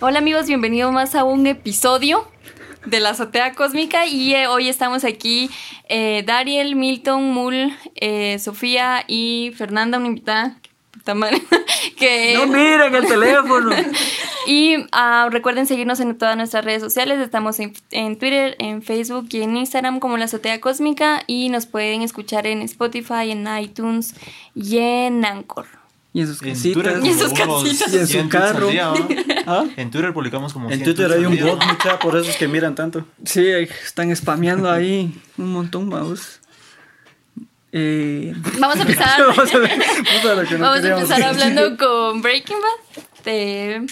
Hola amigos, bienvenidos más a un episodio de la azotea cósmica y eh, hoy estamos aquí eh, Dariel, Milton, Mul, eh, Sofía y Fernanda, una invitada que, puta madre, que No miren el teléfono. y ah, recuerden seguirnos en todas nuestras redes sociales. Estamos en, en Twitter, en Facebook y en Instagram como La Azotea Cósmica. Y nos pueden escuchar en Spotify, en iTunes y en Anchor. Y en sus En casitas. Twitter Y en sus como unos casitas. Y en su 100 tweets al carro. día, ¿no? ¿Ah? En Twitter publicamos como En 100 Twitter hay tweets al un día. bot, mucha, por eso es que miran tanto. Sí, ahí están spameando ahí un montón, vamos. Eh, Vamos a empezar. vamos a ver. vamos a lo que no Vamos a queríamos. empezar hablando con Breaking Bad de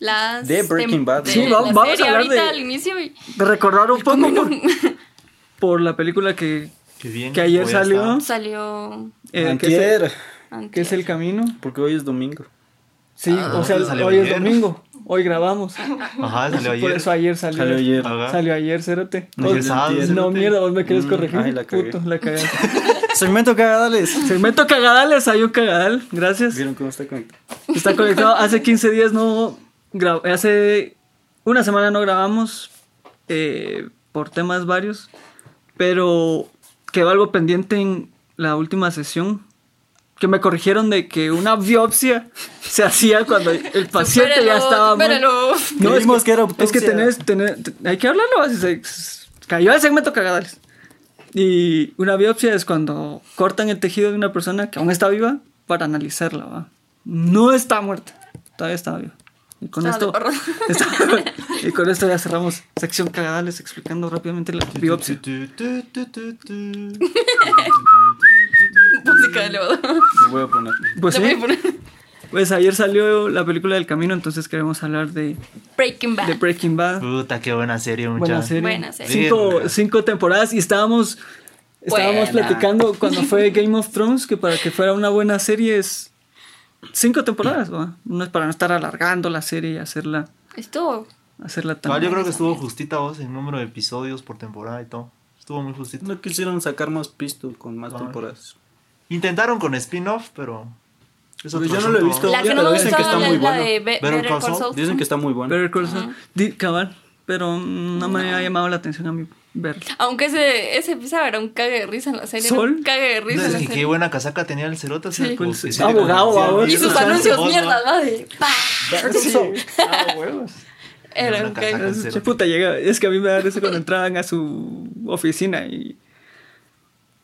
las De Breaking tem- Bad, de sí, la vamos a serie hablar ahorita de- al inicio y- De recordar un poco bueno, por, por la película que, Qué bien. Que ayer Hoy ya salió. está. salió eh, que, es Antier, el, que es el camino. porque hoy es domingo. Sí, Ah, o sea, salió hoy es ayer. domingo. Hoy grabamos. Ajá, salió Por ayer. eso ayer salió. Salió ayer. Ajá. Salió ayer, cérate. No, Vos- ayer sábado, no, cérate. mierda, vos me querés Mm, corregir. ay, la cagué. Puto, la cagaste. Segmento cagadales. Segmento cagadales, hay un cagadal, gracias. ¿Vieron cómo está conectado? Está conectado. Hace 15 días no gra- hace una semana no grabamos eh, por temas varios, pero quedó algo pendiente en la última sesión que me corrigieron de que una biopsia se hacía cuando el paciente ya Supéralo, estaba muy- supéralo. Creímos que era Es que autopsia. tenés, tenés- te- hay que hablarlo así. se- se- cayó el segmento cagadales. Y una biopsia es cuando cortan el tejido de una persona que aún está viva para analizarla. ¿va? No está muerta, todavía está viva. Y con, Estaba esto, de parrón. está- y con esto ya cerramos sección cagadales explicando rápidamente la biopsia. Tu, tu, tu, tu, tu. música de elevador. Lo voy a poner. Pues, Le sí, voy a poner pues ayer salió la película del camino, entonces queremos hablar de, Breaking Bad. de Breaking Bad. Puta, qué buena serie, Buena muchachos. serie. Buena serie. Cinco, Verga. cinco temporadas y estábamos, estábamos Buena. platicando cuando fue Game of Thrones que para que fuera una buena serie es cinco temporadas, ¿va? No es para no estar alargando la serie y hacerla, Estuvo. hacerla tan... Yo creo que estuvo justita vos en número de episodios por temporada y todo. Estuvo muy justita. No quisieron sacar más pisto con más Ah. temporadas. Intentaron con spin-off, pero. es Pero otro yo no lo he asunto, visto. ¿no? La que ya, no pero me dicen que gustaba está es muy la bueno. de Be- Better Better Call Call Saul. Dicen que está muy bueno. Better Call Saul. Di- cabal, pero no me había llamado la atención a mí verla. Aunque ese, ese episodio era un cague de risa en la serie. era ¿Sol? Un cague de risa No, en es la que qué serie. buena casaca tenía el cerote. o sea, Sí. como Con- que siente abogado, comercial, abogos. ¿no? Y sus Eso, anuncios, Vos, ¿no? mierda, ¿no? De- ¡Pah! Sí. Ah, huevos. Era Una un cague. casaca. Es- Cero. puta, llega, es que a mí me da risa cuando entraban a su oficina y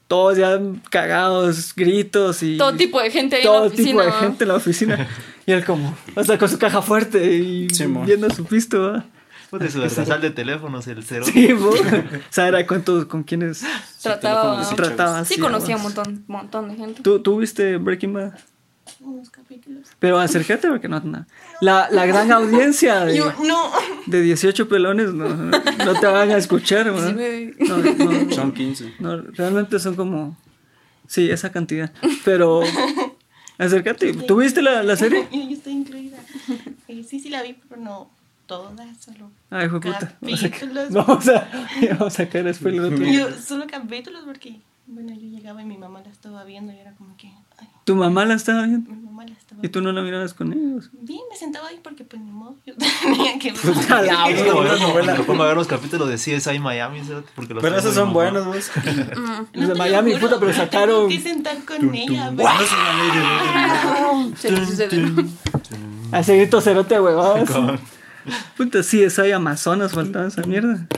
todos ya cagados, gritos y Todo tipo de gente ahí en la todo tipo oficina. de ¿no? gente en la oficina. Y él como, hasta con su caja fuerte y Simón. viendo su pisto, ¿va? Puta, su vergasal de teléfonos, el cerote. Sí, bo. Saber cuántos, con quiénes Trataba. Sí, trataba. Ah. Sí, conocía un montón, montón de gente. ¿Tú, tú viste Breaking Bad? unos capítulos. Pero acércate porque no, no. La, la gran audiencia de, Yo, no. de 18 pelones no, no te van a escuchar, ¿va? Sí, me- No, no, Son 15. No, realmente son como. Sí, esa cantidad. Pero. Acércate. ¿Tú viste la, la serie? Yo, yo estoy incluida. Eh, sí, sí la vi, pero no toda, solo. Ay, fue Ah, puta. Vamos a, Capítulos. vamos a, vamos a caer spoiler otra vez. Yo solo capítulos porque, bueno, yo llegaba y mi mamá la estaba viendo y era como que, ay, Tu mamá la estaba viendo. mi mamá la estaba Y tú no la mirabas con ellos. viendo. Bien, me sentaba ahí porque pues ni modo, yo tenía que Puta la Es como ver- Buena novela. Me pongo a ver los capítulos de CSI Miami, cerote, porque los Pero tengo esos en mi son mamá. buenos, vos. Los de Miami, puta, pero sacaron. que sentar con ella. pero- Se le sucedió. A grito cerote, huevadas. Puta, sí, esa hay Amazonas, faltaba esa mierda.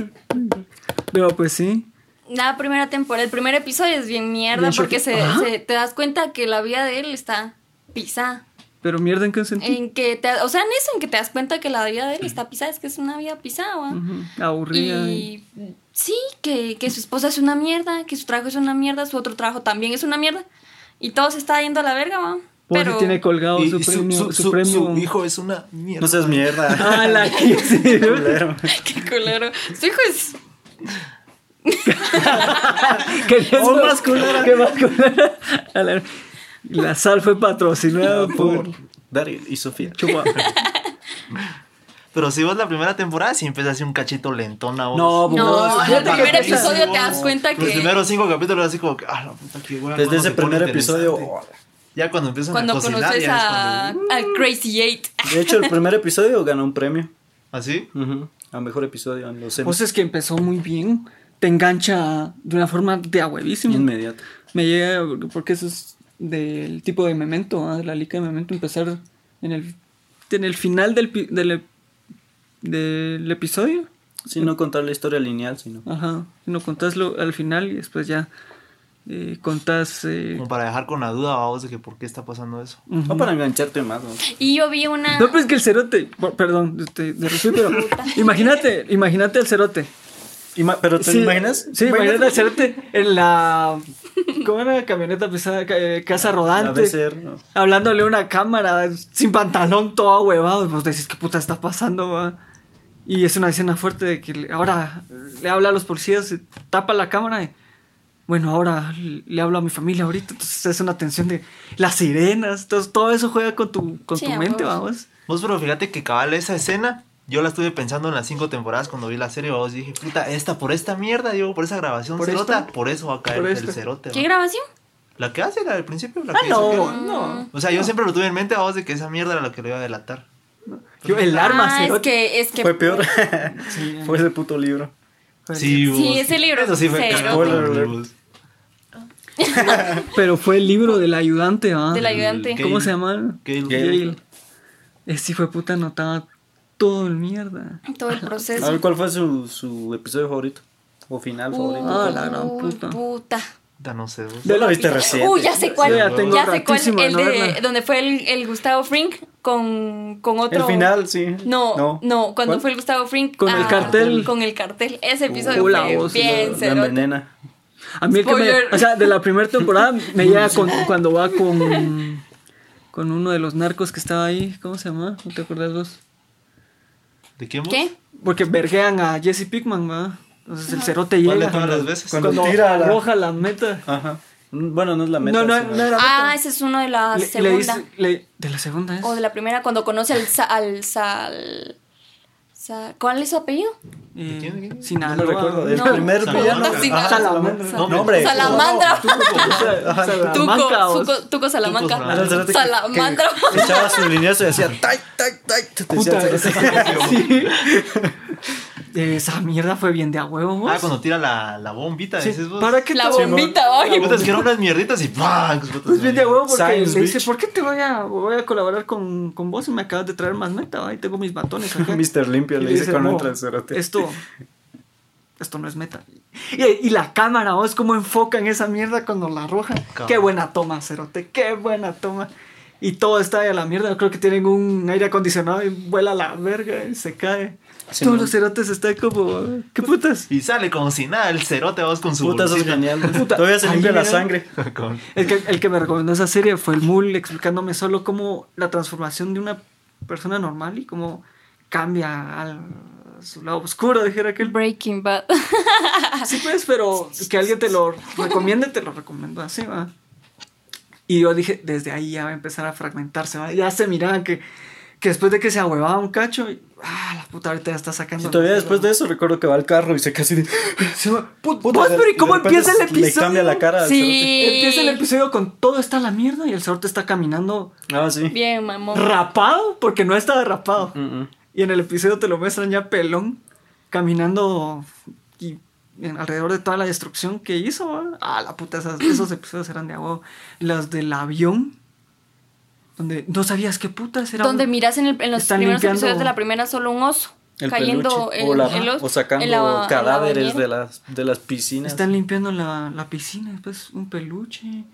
Pero pues sí. La primera temporada, el primer episodio es bien mierda Bien porque choque- se, Ajá. se- te das cuenta que la vida de él está pisada. Pero mierda en qué sentido. En que te, o sea, en eso, en que te das cuenta que la vida de él está pisada, es que es una vida pisada. ¿va? Ujú, Aburrida. y- Y sí, que, que su esposa es una mierda, que su trabajo es una mierda, su otro trabajo también es una mierda. Y todo se está yendo a la verga, ¿va? Por Pero si Pues tiene colgado Y su, su- premio. su- su su- premio. su hijo es una mierda. No seas mierda. Ah, la que sí. Culero. qué culero. Su hijo es que no es Oh, lo- más culera. que más culera. A la, la sal fue patrocinada por Dario y Sofía. Chupa. Pero si vos la primera temporada, si empieza así un cachito lentona. Vos. No, No, en el Fíjate primer que- episodio te das cuenta Los Pues que primeros cinco capítulos, así como que, ah, la puta, qué buena. Desde ese primer episodio. Ya cuando empiezan Cuando a cocinar, conoces ya es a, "Uh". cuando- al Crazy Eight. De hecho, el primer episodio ganó un premio. ¿Así? Ujú, A mejor episodio en los Emmy. Pues es que empezó muy bien. Te engancha de una forma de ahuevísima. Inmediato. Me llega porque eso es del tipo de memento, ¿ah? de la lica de memento, empezar en el, en el final del, pi- del, ep- del episodio. Sin no contar la historia lineal, sino. Ajá. No contás lo, al final y después ya eh, contás. eh, Como para dejar con la duda, vamos, de que por qué está pasando eso. No para engancharte más, ¿no? Y yo vi una. No, pero es que el cerote. por- Perdón, este, te interrumpí, pero. imagínate, imagínate al cerote. Ima- pero ¿te Sí, imaginas? Sí, imagínate al cerote en la. ¿Cómo era la camioneta pesada? Ca- eh, Casa A rodante. veces, ¿no? Hablándole a una cámara sin pantalón, todo huevado. Pues decís, ¿qué puta está pasando? va?" Y es una escena fuerte de que le- ahora le habla a los policías, se tapa la cámara y. Bueno, ahora le hablo a mi familia ahorita, entonces es una tensión de las sirenas, entonces todo eso juega con tu, con Sí, tu a mente, huevos. vamos. Vos, Pues, pero fíjate que cabal esa escena, yo la estuve pensando en las cinco temporadas cuando vi la serie, vamos, y dije, puta, esta por esta mierda, digo, por esa grabación ¿Por cerota, esta? por eso va a caer Por el esta. cerote. ¿Qué va. grabación? La que hace, la del principio, la Ah, que hizo no, que- no. O sea, yo siempre lo tuve en mente, vamos, de que esa mierda era lo que lo iba a delatar. Yo, el arma, ah, es cerote. que, es que. Fue peor. Sí. Fue ese puto libro. Sí, ese libro Eso sí fue cerote. cagado, vos. Pero fue el libro del ayudante, ¿ah? Del ayudante. ¿Qué? ¿Cómo Gale. se llama? Gale. Gale. Ese hijo de puta notaba todo el mierda. Todo el A ver, proceso. ¿cuál fue su, su episodio favorito? O Uh, final favorito. Ah, la gran Uy, puta. puta. Puta, no sé, vos. Ya lo viste recién. Uy, Uh, ya sé cuál. Sí, ya ya tengo sé cuál. ratísimo de El no de verla. donde fue el, el Gustavo Frink con, con otro. El final, sí. No, no, cuando ¿Cuál? fue el Gustavo Frink. ah, Con el cartel. Uh, Con el cartel. Ese episodio la fue voz, bien La cerote. envenena. A mí el que me, Spoiler. O sea, de la primera temporada me llega con- cuando va con. Con uno de los narcos que estaba ahí. ¿Cómo se llama? ¿No te acuerdas vos? ¿De quién vos? ¿Qué? Porque verguean a Jesse Pickman, ¿va? Entonces el cerote llega. ¿Cuál de todas las cuando- veces? cuando- cuando Tira la- arroja la meta. Ajá. Mm, Bueno, no es la meta. no, no, sino- no era Ah, meta. ese es uno de la Le- le Ah, segunda. dice- le- de la segunda es. O de la primera, cuando conoce al. sa- al, sal- sa- ¿Cuál es su apellido? eh, ¿De quién? ¿De quién? No Sinaloa. me recuerdo. El No. primer villano. Salamanca. Sí, Ajá, Ah, Salamanca. Salamanca. No, hombre. Salamandra. Ajá. Tuco, Salamanca, vos. Tuco, Tuco Salamanca. Tuco Salamanca. Salamanca. Salamandra. Que Echaba su lineazo y decía, ¡tay, tay, tay! Te Puta, decía, esa, esa mierda fue bien de a huevo, vos. Ah, cuando tira la, la bombita, Sí, dices vos. ¿Para qué La te- bombita, vaya. Puta, es que eran unas mierditas y ¡pam! Puta, Pues bien de a huevo porque Science le dice, bitch. ¿por qué te voy a, voy a colaborar con, con vos? Y me acabas de traer más meta, ¿va? Y tengo mis batones acá. Mr. Limpio Y le dice con "No, otra cerote. Esto, esto no es meta. Y, y la cámara, vos, cómo enfocan esa mierda cuando la arroja. Cabrón. Qué buena toma, Cerote, qué buena toma. Y todo está de la mierda. Creo que tienen un aire acondicionado y vuela la verga y se cae. Sí, Pues Todos man. los cerotes están como, ¿qué putas? Y sale como si nada el cerote, vos con su Puta, eso es bolsita. genial. Puta, Todavía se ahí limpia la era- sangre. Con- El que, el que me recomendó esa serie fue el Mul, explicándome solo cómo la transformación de una persona normal y cómo cambia al, a su lado oscuro, dijera aquel. Breaking Bad. Sí, pues, pero que alguien te lo recomiende, te lo recomiendo así, va. Y yo dije, desde ahí ya va a empezar a fragmentarse, ¿va? Ya se miraban que, que después de que se ahuevaba un cacho, y, ah, la puta ahorita ya está sacando. Y todavía después de eso recuerdo que va al carro y se casi de... Se va, "Put- Puta, vos, de- pero ¿y de cómo repente empieza el se- episodio? Le cambia la cara al Sí. Empieza el episodio con todo está la mierda y el sorte está caminando cerote. Ah, sí. Bien, mamón. rapado, porque no estaba rapado. Mm, mm. Y en el episodio te lo muestran ya pelón, caminando y en- alrededor de toda la destrucción que hizo. ¿va? Ah, la puta, esas- esos episodios eran de agua. Las del avión, donde no sabías qué putas era. Donde un- miras en, el- en los Están primeros limpiando- episodios de la primera solo un oso. El cayendo peluche. en- o, la- en los- o sacando en la- en la cadáveres bañera. de las, de las piscinas. Están limpiando la, la piscina, después un peluche.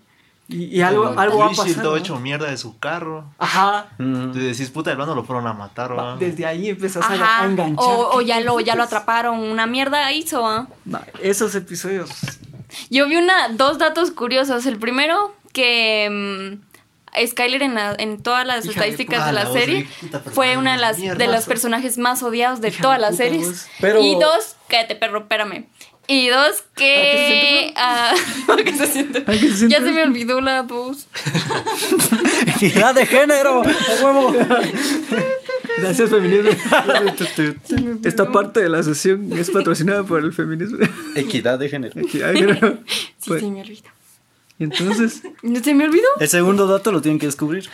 Y, y algo, con algo va a Luigi, pasar. todo ¿va? hecho mierda de su carro. Ajá. Mm. Tú decís, puta, el bando lo fueron a matar, va, ¿va? Desde ahí empezás a- Ajá. a enganchar. O, o ya lo ya lo atraparon, una mierda hizo. ¿ah? Va, Esos episodios. Yo vi una dos datos curiosos. El primero que mm, Skyler en, la- en todas las Hija de estadísticas puta, de la la voz serie de puta fue persona, una de las de mierda. los personajes más odiados de Hija de todas las puta series. voz. Pero- Y dos, cállate perro, espérame. Y dos que ah, ¿qué se siente? Ay, ¿qué se siente? ya se me olvidó la voz. ¡Equidad de género! huevo! Gracias, feminismo. Esta parte de la sesión es patrocinada por el feminismo. Equidad de género. Aquí, ay, mira. Sí, Pues- sí, me olvidó. Y entonces, ¿Se me olvidó? El segundo dato lo tienen que descubrir.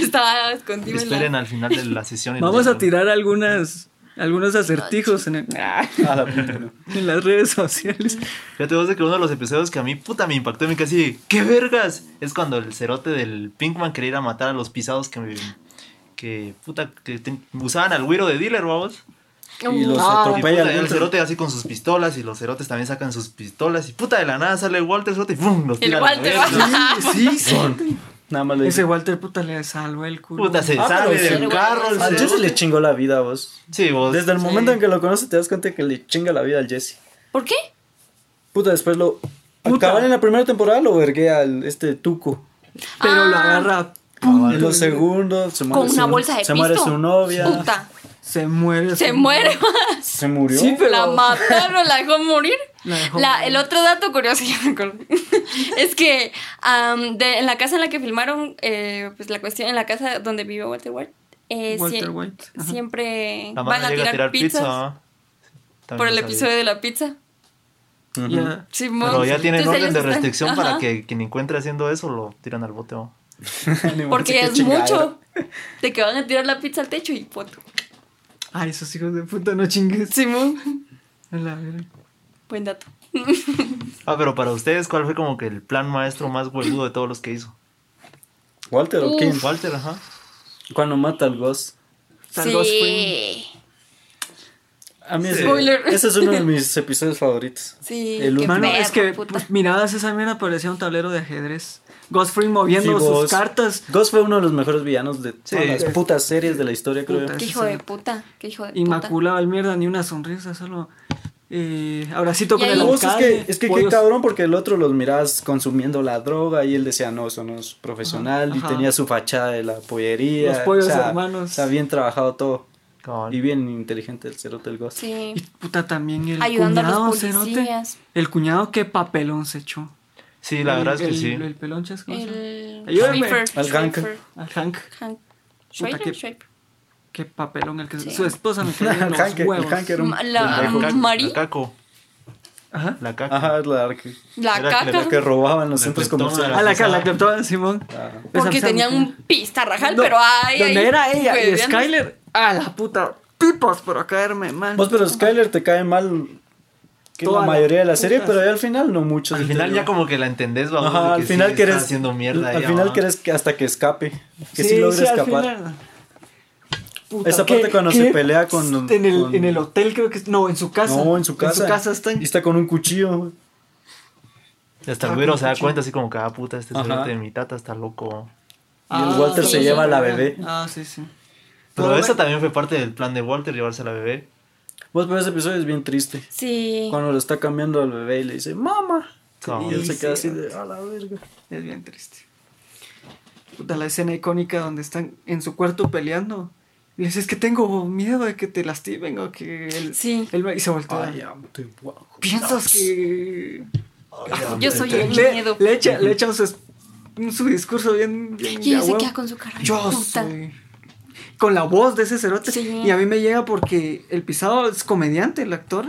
Estaba escondido. en la- Esperen al final de la sesión. y nos vamos a dicen, tirar algunas, algunos acertijos en, el- A Ah, la puta, no. en las redes sociales. Fíjate vos de que uno de los episodios que a mí puta me impactó y me casi, ¡qué vergas! Es cuando el cerote del Pinkman quería ir a matar a los pisados que me- que puta que te- usaban al güiro de dealer, vamos. Y los Ah. Y puta, atropella y el adentro. cerote así con sus pistolas y los cerotes también sacan sus pistolas y puta de la nada sale el Walter cerote y ¡pum! Los El tira a la Walter. verga. Sí, sí. Nada más le Ese dice. Walter puta le salvó el culo. Puta se Ah, sale pero del sí. carro el Al Jesse cerote. le chingó la vida a vos. Sí, vos. Desde el Sí. momento en que lo conoces te das cuenta que le chinga la vida al Jesse. ¿Por qué? Puta, después lo. Puta. Acabar en la primera temporada lo vergué al este Tuco. Pero lo Ah. agarra, En los segundos se muere Con una su, bolsa de se muere pisto. su novia. Puta. se muere. Se muere. Se murió. Sí, pero- La mataron, la dejó morir. La dejó La- morir. el otro dato curioso que me acuerdo es que am, de- en la casa en la que filmaron, eh, pues la cuestión, en la casa donde vivió Walter White, eh, Walter sie- White, ajá. siempre La van mano a llega tirar, a tirar pizzas pizza. ¿no? También por el lo sabía. episodio de la pizza. Ujú. Ya. Simón. Pero ya tienen Entonces orden ellos de están- restricción para ajá, que quien encuentre haciendo eso lo tiran al bote. ¿no? Ni modo, Porque qué es chingadera. mucho de que van a tirar la pizza al techo y foto. Ay, esos hijos de puta, no chingues. Simón. A la verga. Buen dato. Ah, pero para ustedes, ¿cuál fue como que el plan maestro más huevudo de todos los que hizo? Walter o Uf. Kim. Walter, ajá. Cuando mata al Ghost. Tal vez Sí. A mí ese, Spoiler. ese es uno de mis episodios favoritos. Sí. El qué humano Mano, perro, es que puta. pues, mirabas esa mierda, parecía un tablero de ajedrez. Godfrey moviendo Sí, sus Ghost. cartas. Ghost fue uno de los mejores villanos de todas Sí. las putas series de la historia, creo yo. Puta. Qué hijo de puta. Qué hijo de puta. Inmaculado el mierda, ni una sonrisa, solo. Eh, abracito Y con ahí- el La voz es alcalde. que, es que qué pollos. cabrón, porque el otro los mirabas consumiendo la droga y él decía, no, eso no es profesional. Ajá, y ajá. tenía su fachada de la pollería. Los pollos o sea, hermanos. O sea, bien trabajado todo. Cabal. Y bien inteligente el cerote del Ghost. Sí. Y puta, también el Ayudando a los cuñado, policías. cerote. El cuñado, qué papelón se echó. Sí, la El- verdad es que el- sí. El pelón chasco. El Ayúdame. Schreifer, Al Hank. Schreifer, Al Hank, Hank. Puta, qué- Schreifer, Schreifer. qué papelón. El que Sí. Su esposa me cae en El los Hank, el huevos. Hank era un- Ma- El La de Caco- Marí, La caco. Ajá. La caco. Ajá, la que, la Era que- la que caca, robaba en los La centros cleptómana. comerciales. A la ah. cara, la captaba Simón. Ajá. porque Esa- tenían un pistarrajal, pero No, ay, ¿Dónde ay, era ella? Y hueveando. Skyler, a la puta, pipas por caerme mal. Vos, pero Skyler te cae mal que Toda la la mayoría de la serie, puta. pero ya al final no mucho. Al sí te final digo. ya como que la entendés, vamos. Ajá, al final querés. haciendo mierda. al ya, final ¿va? querés que hasta que escape. Que sí, logre al escapar. final. Puta, Esa parte cuando se pelea con- En el, con- en el hotel, creo que. No, en su casa. No, en su casa. En su casa están. Y está con un cuchillo. Y Hasta Ah, el güero se da pinche. cuenta así como que, ah, puta, este Ajá. cerote de mi tata está loco. y el Walter se lleva a la bebé. Ah, sí, sí. Pero Todo- esa también fue parte del plan de Walter, llevarse a la bebé. Vos, pero ese episodio es bien triste. Sí. Cuando lo está cambiando al bebé y le dice, ¡Mamá! Cabal. y él se sí, queda así sí. de, ¡A la verga! Es bien triste. Puta, la escena icónica donde están en su cuarto peleando. Y le dices, es que tengo miedo de que te lastimen o que él. Sí. él va-" y se voltea. I am the one who ¿Piensas loves. que.? Yo soy el Le, miedo. le echa, le echa su, es- su discurso bien. bien Y de a ella se huevo. queda con su cara. de Yo puta. soy. Con la voz de ese cerote. Sí. Y a mí me llega porque el pisado es comediante, el actor.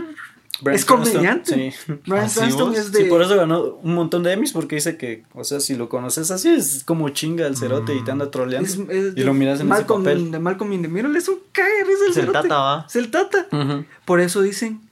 Bryan es Cranston, comediante. Ah, sí. Bryan ¿Así Cranston vos? es de. Sí, por eso ganó un montón de Emmys porque dice que, o sea, si lo conoces así es como chinga el cerote y te anda troleando. Mm, es- es y lo miras en Malcolm, ese papel. De Malcolm in the Middle es un caer, es el Es el cerote. Tata, ¿va? Es el tata. Ujú. Por eso dicen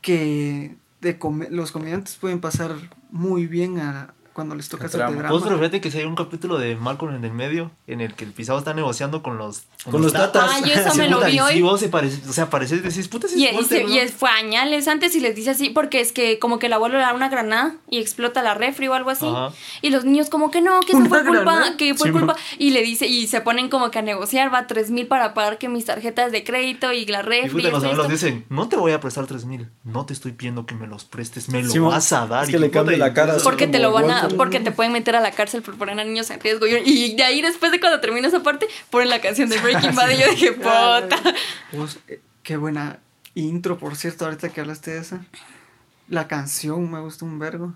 que de come- los comediantes pueden pasar muy bien a cuando les toca El hacer drama. Pues, de drama. Vos, pero fíjate que si hay un capítulo de Malcolm en el medio en el que el pisado está negociando con los. Con los tatas. Ah, yo eso Sí, me lo puta, vi y sí, hoy. vos se parece, o sea, parece, decís, puta, sí Y, es y Walter, se- ¿no? y es- fue a Añales antes y les dice así, porque es que como que el abuelo le da una granada y explota la refri o algo así. Ajá. Y los niños como que no, que eso ¿Una fue culpa, granada? que fue Sí, culpa. ma. Y le dice, y se ponen como que a negociar, va tres mil para pagar que mis tarjetas de crédito y la Y refri. puta, los esto, abuelos esto. dicen, no te voy a prestar tres mil, no te estoy pidiendo que me los prestes, me lo Sí, mo- vas a dar. es y que le puta, cambia y la cara. empieza- Porque te lo van a, Walter. porque te pueden meter a la cárcel por poner a niños en riesgo. Y, y de ahí después de cuando termina esa parte, ponen la canción de Breaking Bad y yo dije, Ay, puta. vos, eh, qué buena intro, por cierto, ahorita que hablaste de esa. La canción me gusta un vergo.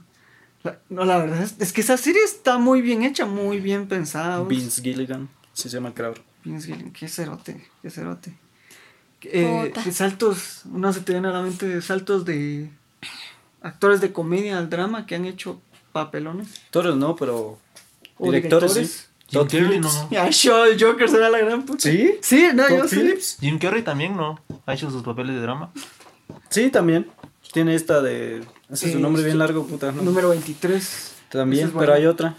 La- no, la verdad es, es que esa serie está muy bien hecha, muy bien pensada. vos. Vince Gilligan, sí se llama el cabrón. Vince Gilligan, qué cerote, qué cerote. Eh, Puta. que saltos, no se te viene a la mente saltos de actores de comedia al drama que han hecho papelones. Toros no, pero O directores. directores. sí. Jim Todd Carrey Phillips. no, no. Ya, yo, el Joker será la gran puta. ¿Sí? Sí, no, yo Todd sí. Phillips. Jim Carrey también no. Ha hecho sus papeles de drama. Sí, también. Tiene esta de. Ese es Eh, un nombre bien este- largo, puta. ¿no? Número 23. También, Ese es pero bueno. hay otra.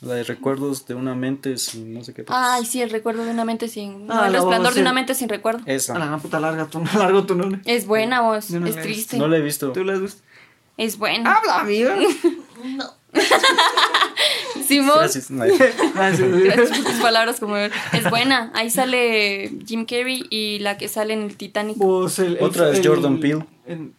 La de recuerdos de una mente sin no sé qué. Ay, sí, el recuerdo de una mente sin. No, Ah, el la resplandor vamos a de una hacer. mente sin recuerdo. A Ah, la Esa. gran puta larga, tú, largo tu nombre. Es buena vos, Yo no Ah, es la he triste. No la he visto. ¿Tú las gustas? Es buena. ¡Habla, amiga! No. Simón, Gracias. Ay. gracias por tus palabras como es buena. Ahí sale Jim Carrey y la que sale en el Titanic. Vos, pues el- el- Otra es el- Jordan Peele. el-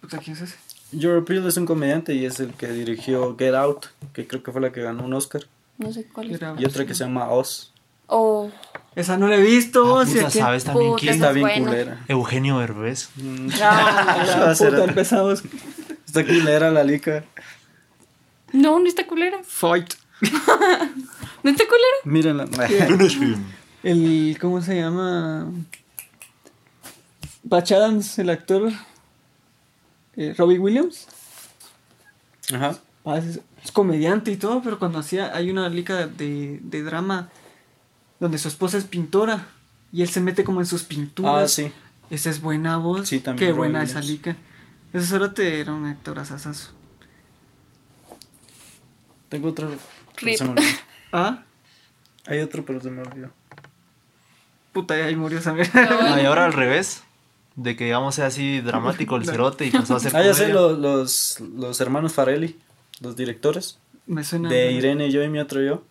puta, ¿quién es ese? Jordan Peele es un comediante y es el que dirigió Get Out, que creo que fue la que ganó un Oscar. No sé cuál es. Era- Y otra que se llama Oz. Oh, Esa no la he visto. Ah, si puta, aquí- ¿Sabes también Puta, Y Esa quién? es está bien buena. culera. Eugenio Derbez. Mm, Ah, la Va a ser puta, otra. empezamos. Está culera la lica. no, no está culera. Fight. No está culera. Mírenla. El, ¿cómo se llama? Patch Adams, el actor. eh, Robbie Williams. Ajá. Ah, Es, es comediante y todo, pero cuando hacía, hay una liga de, de drama donde su esposa es pintora y él se mete como en sus pinturas. Ah, sí. Esa es buena voz. Sí, también Qué Robbie buena Williams. esa lica. Ese solo te era un actor asasazo. Tengo otro. Rip. se me olvidó. Ah, Hay otro, pero se me olvidó. puta, ahí murió esa No. mierda. No, y ahora al revés. De que digamos sea así dramático el cerote y pasó a ser. Ah, ya sé, comedia. lo- los, los hermanos Farelli, los directores Me suena. de Irene, yo y mi otro yo.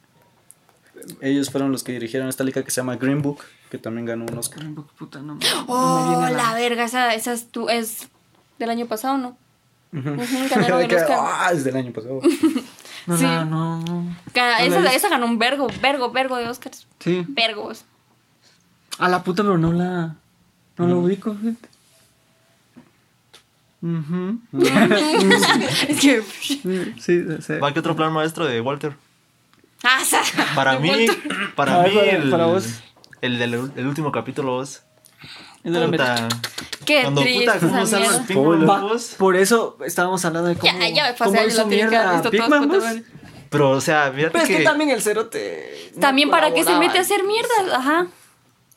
Ellos fueron los que dirigieron esta liga que se llama Green Book, que también ganó un Oscar. Green Book, Puta, no, me- no me Oh, viene a la verga, esa, esa es, tu, es del año pasado, ¿no? Ujú. Ujú, ganaron el Oscar. Ah, es del año pasado. No, Sí. la- no, no. Ga- No la he Esa, visto. esa ganó un vergo, vergo, vergo de Oscars. Sí. Vergos. A la puta, pero no la. No la ubico, gente. Ujú. Es que. Sí, sí. Va que otro plan maestro de Walter. Ah, esa- Para mí, para A ver, mí, para- el, para vos. el del el último capítulo, vos. Es de la meta. Puta, Qué cuando triste. puta, ¿cómo esa usan los mierda. Pinkman Va, Bobos? por eso estábamos hablando de cómo, Ya, ya, pasé cómo años hizo la tienen que haber mierda a visto todos, Pinkman, puta pues. madre. Pero, o sea, mira Pero es que que. también el cerote. no También para qué se colaboraba. mete a hacer mierda, ajá.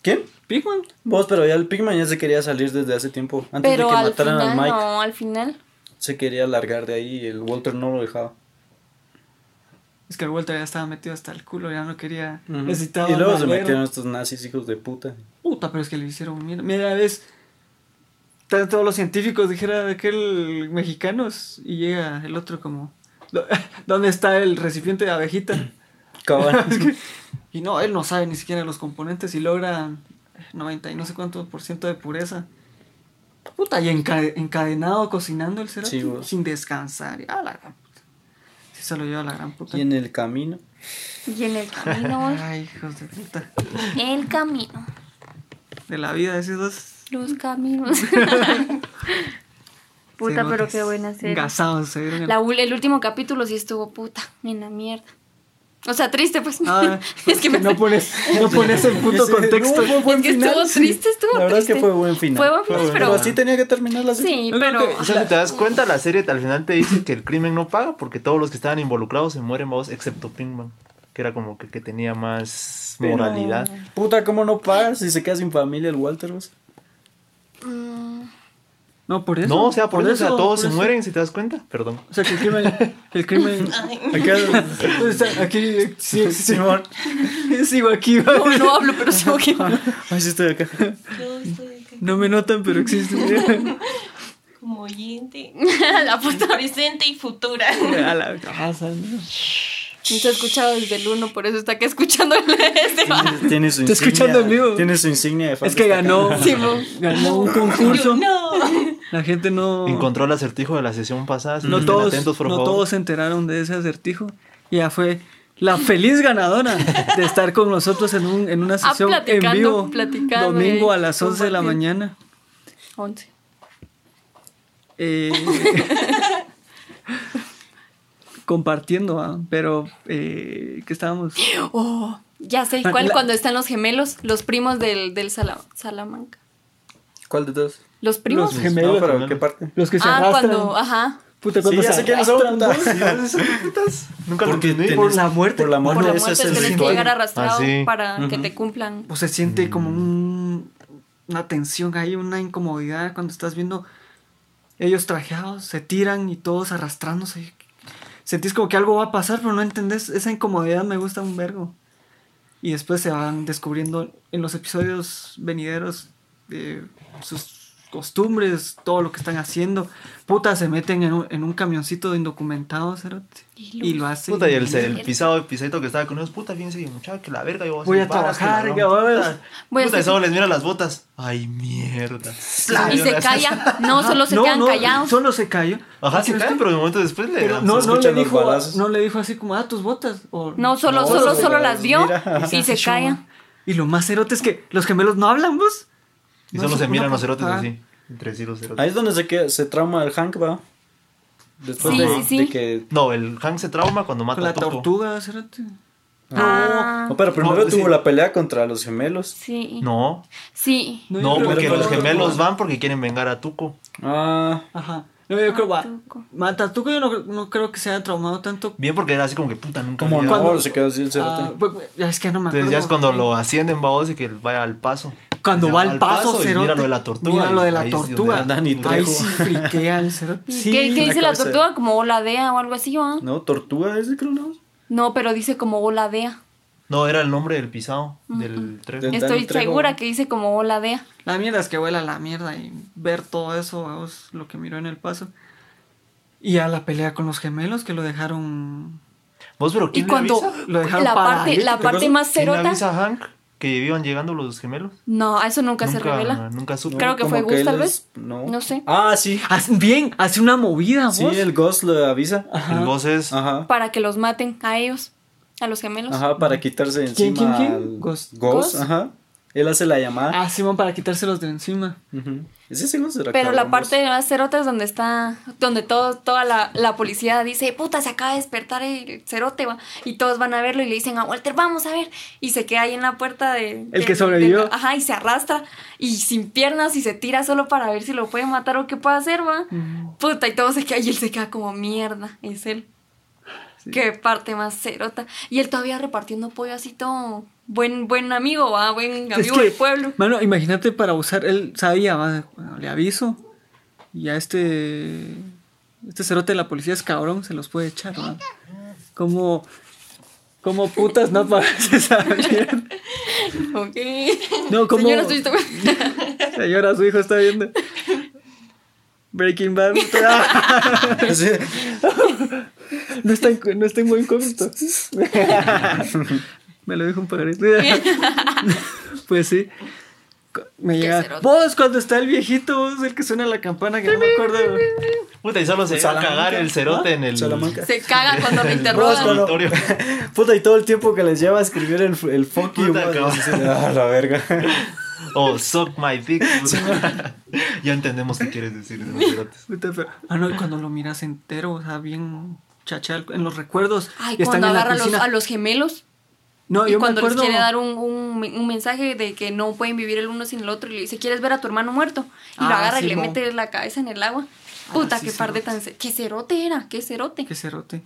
¿Quién? Pinkman. Vos, pero ya el Pigman ya se quería salir desde hace tiempo. Antes Pero de que al mataran final, al Mike, no, al final. se quería largar de ahí y el Walter no lo dejaba. Es que el Walter ya estaba metido hasta el culo, ya no quería. Ujú. Necesitaba. y luego se valer. metieron estos nazis hijos de puta. Puta, pero es que le hicieron mierda. Mira, ves. Están todos los científicos, dijera aquel mexicanos, y llega el otro como. "¿Dó- ¿Dónde está el recipiente de abejita? Cabal. Y no, él no sabe ni siquiera los componentes y logra 90 y no sé cuánto por ciento de pureza. Puta, y enca- encadenado cocinando el cerote Sí, vos. sin descansar. A la gran puta. Sí, se lo lleva a la gran puta. y en el camino. Y en el camino, Ay, hijos de puta. el camino, De la vida de esos dos. los caminos. puta, pero qué buena serie. Gasados se vieron. en- La ul- el último capítulo sí estuvo puta, en la mierda. O sea, triste, pues. Ah, es que, me- no pones, no pones el puto Sí, contexto. pues. no, es que estuvo sí. triste, estuvo La verdad es triste. que fue buen final. Fue buen final, pero. Pero así tenía que terminar la serie. sí, Es lo pero. que- O sea, si te das cuenta, la serie al final te dice que el crimen no paga porque todos los que estaban involucrados se mueren, vos, excepto Pinkman, que era como que, que tenía más Pero- moralidad. Puta, ¿cómo no pagas si se queda sin familia el Walter? vos? mm, No, por eso. No, o sea, por, eso, o sea, todos por se eso. mueren, si te das cuenta. Perdón. O sea, que el crimen. El crimen Acá, O sea, aquí eh, sí existe. Simón. Sigo aquí, va. no, no hablo, pero sigo que. Ay, sí estoy acá. Yo estoy acá No me notan, pero existe. como oyente, la puta. presente y futura. A la casa, ¿no? No se ha escuchado desde el uno, por eso está aquí escuchando el este. Tiene su Está insignia. escuchando en vivo. Tiene su insignia de fan Es que destacado. ganó, ganó un Yo, concurso. no. La gente no. Encontró el acertijo de la sesión pasada. No estén todos, atentos, por no favor. todos se enteraron de ese acertijo. Y ya fue la feliz ganadora de estar con nosotros en, un, en una sesión en Ah, platicando, vivo. platicando Domingo y a las 11 de la compartiendo. mañana. Once. Eh, compartiendo, ¿va? pero eh, que estábamos. Oh, ya sé cuál, La- cuando están los gemelos, los primos del, del Sala- Salamanca. ¿Cuál de todos? Los primos. Los gemelos. No, pero ¿qué parte? Los que se ah, arrastran. cuando, ajá. Puta, Sí, ya sé quiénes son, puta. putas? Nunca lo Porque entendí. tenés- Por la muerte. Por la muerte. Por la ese muerte es el tienes que ritual. llegar arrastrado Ah, sí. para que te cumplan. O pues, se siente como Mm. un- una tensión, hay una incomodidad cuando estás viendo ellos trajeados, se tiran y todos arrastrándose. Sentís como que algo va a pasar, pero no entendés. Esa incomodidad me gusta un vergo. Y después se van descubriendo en los episodios venideros eh, sus costumbres, todo lo que están haciendo. Puta, se meten en un, en un camioncito de indocumentados, cerote. Y lo- Y lo hacen. Puta, y el, el pisado, el pisadito que estaba con ellos, puta, fíjense, muchacha, que la verga, yo voy a, Voy hacer a varas, que trabajar, la que gran voy a- puta. Voy a Puta, y hacer- solo les mira las botas. Ay, mierda. Y se calla. No, solo se No, quedan no, callados. Solo se cayó. Ajá, sí, Pero es claro, que- pero de momento después le. Pero no, se no, le escuchan los dijo, balazos. no le dijo así como, ah, tus botas. o- No, solo, No, solo, solo solo las las vio mira. y se hace calla. show. Y lo más cerote es que los gemelos no hablan, pues. vos. Y No, solo es se una miran los puta- cerotes ah. así. Entre sí los cerotes. Ahí es donde se, queda- se trauma el Hank, va. Después Sí, de, sí, sí. de que. No, el Hank se trauma cuando mata Con la a Topo. tortuga, cerote. Ah. No, Oh, pues pero primero No, sí. tuvo la pelea contra los gemelos. Sí. No, Sí. No, yo no, creo porque que los fue la gemelos tortuga. van porque quieren vengar a Tuco. Ah, Ajá. No, yo creo que Matatuco. Matatuco yo no, no creo que se haya traumado tanto. Bien porque era así como que puta, nunca como olvidaba. no, Cuando- se quedó así el Ah, cerote. pues, pues, ya es que no me acuerdo. Entonces ya es cuando lo ascienden, babos, y que él vaya al paso. Cuando Ya va al paso, y cerote. Mira lo de la tortuga. Mira lo de la Ahí es donde tortuga. andan y Ahí todo. sí friquea el cerote. ¿Y Sí, ¿Qué, qué la dice la cabeza. tortuga? Como voladea o algo así, ¿va? No, tortuga es, creo, ¿no? No, pero dice como voladea. No, era el nombre del pisado, Mm, del tren. Del- Estoy Dani Trejo. segura que dice como voladea. La mierda es que vuela la mierda y ver todo eso, vamos, lo que miró en el paso. Y a la pelea con los gemelos que lo dejaron. Vos, pero Y ¿quién le cuando avisa? Lo dejaron la parte, paralítico, la ¿te parte acuerdas? más ¿Quién le cerota. avisa a Hank que iban llegando los gemelos? No, eso nunca, se revela. Nunca supe. Creo que Como fue Gus, él tal es- vez. No. No sé. Ah, Ah, sí. Haz- bien, hace una movida, vos. Sí, el Ghost le avisa. El voz es. Ajá. Ah. Para que los maten a ellos, a los gemelos. Ajá, para quitarse ¿Quién, encima. quién, quién? al- Ghost. Ghost. ajá. Él hace la llamada. Ah, Simón, para quitárselos de encima. Ujú. ¿Es ese Ghost? Era Pero la cabrón, parte Ghost. más cerota es donde está, donde todo, toda la, la policía dice, puta, se acaba de despertar el cerote, va. Y todos van a verlo y le dicen a Walter, vamos a ver. Y se queda ahí en la puerta de... El que del- sobrevivió. del- ajá, y se arrastra y sin piernas y se tira solo para ver si lo puede matar o qué puede hacer, va. Puta, y todo se queda, y él se queda como mierda, es él. Qué parte más cerota. Y él todavía repartiendo pollo así todo. Buen, buen amigo, va, buen Es amigo que, del pueblo. Mano, imagínate para usar. Él sabía, va, bueno, le aviso. Y a este. Este cerote de la policía es cabrón, se los puede echar, va. Como. Como putas no pagas esa mierda. Ok. No, como. Señora, estoy- Señora, su hijo está viendo. Breaking Bad. Sí. No está, en, no está en buen cómputo. Me lo dijo un pajarito. pues sí. Co- Me llega. cerote. Vos, cuando está el viejito, vos, el que suena la campana, que no me acuerdo. Puta, y solo se va a Salamanca, cagar el cerote ¿ah? en el. Salamanca. Se caga cuando lo Vos, interrogan. cuando- Auditorio. Puta, y todo el tiempo que les lleva a escribir el, el fuck you. Puta, madre, cabrón. sí, sí. Ah, la verga. Oh, suck my dick. ya entendemos qué quieres decir de los cerotes. Puta, pero- Ah, no, y cuando lo miras entero, o sea, bien chachal, en los recuerdos. Ay, y están cuando en la agarra a los, piscina. a los gemelos No, y yo me cuando les acuerdo- quiere dar un, un, un mensaje de que no pueden vivir el uno sin el otro y le dice, ¿quieres ver a tu hermano muerto? Y lo Ah, agarra y le Simón. Ah, mete la cabeza en el agua. Puta, sí, qué par de tan... ¿Qué cerote era? ¿Qué cerote? Que cerrote.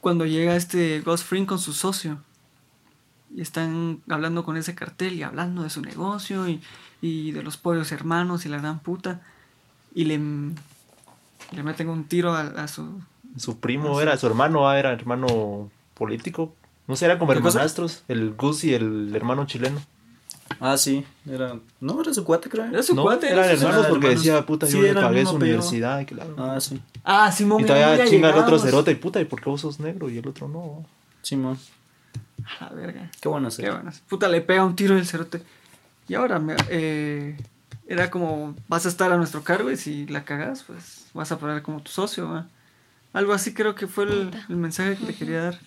Cuando llega este Ghost Fring con su socio. Y están hablando con ese cartel y hablando de su negocio y, y de los pollos hermanos y la gran puta. Y le, le meten un tiro a, a su... Su primo era, su hermano ah, era hermano político. No sé, era como ¿Qué cosa? hermanastros. El Gus y el hermano chileno. Ah, sí. Era... No, era su cuate, creo. Era su no, cuate, era eran su- hermanos eran porque hermanos. decía, puta, Sí, yo le eran pagué uno, su pero- universidad. Y, que la- Ah, sí. Ah, Simón. y mira, todavía mira, chinga el otro llegamos. cerote y puta, ¿y por qué vos sos negro y el otro no? Simón. A la verga. Qué bueno ser. Qué buenas. Puta, le pega un tiro el cerote. Y ahora me- eh, era como, vas a estar a nuestro cargo y si la cagas, pues vas a parar como tu socio. ¿va? Algo así creo que fue el, el mensaje que le quería dar.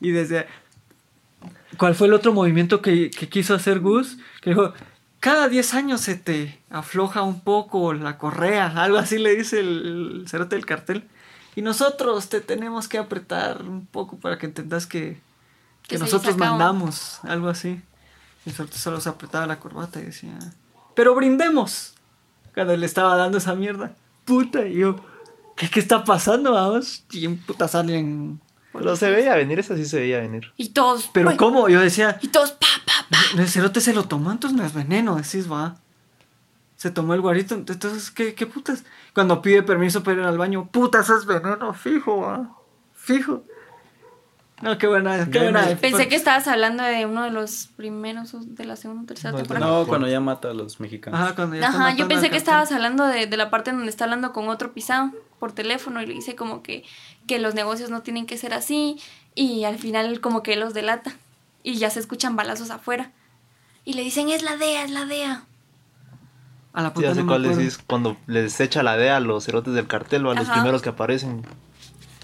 Y desde... ¿Cuál fue el otro movimiento que, que quiso hacer Gus? Que dijo, cada 10 años se te afloja un poco la correa, algo así le dice el, el cerote del cartel. Y nosotros te tenemos que apretar un poco para que entendas que, que Que se nosotros les acaba. mandamos, algo así. El cerote solo se apretaba la corbata y decía, pero brindemos. Cuando le estaba dando esa mierda, puta, y yo, ¿Qué, qué está pasando, vamos? Y en puta salen. Pero se veía venir, esa sí se veía venir. Y todos. Pero "Uy", ¿cómo? Yo decía, Y todos, pa, pa, pa. el cerote se lo tomó, entonces no es veneno, decís, va. Se tomó el guarito, entonces, ¿qué, qué putas? Cuando pide permiso para ir al baño, putas, es veneno, fijo, va. Fijo. No, qué buena, qué Bueno, buena. Pensé que estabas hablando de uno de los primeros o de la segunda o tercera No, temporada. No, cuando ya mata a los mexicanos. Ajá, cuando ya están Ajá, matando yo al pensé que cartel. estabas hablando de, de la parte donde está hablando con otro pisado por teléfono y le dice como que, que los negocios no tienen que ser así y al final como que los delata y ya se escuchan balazos afuera y le dicen es la DEA, es la DEA. A la Ah, puta. Ya sé no me cuál acuerdo. decís, cuando les echa la DEA a los cerotes del cartel o a los Ajá. primeros que aparecen.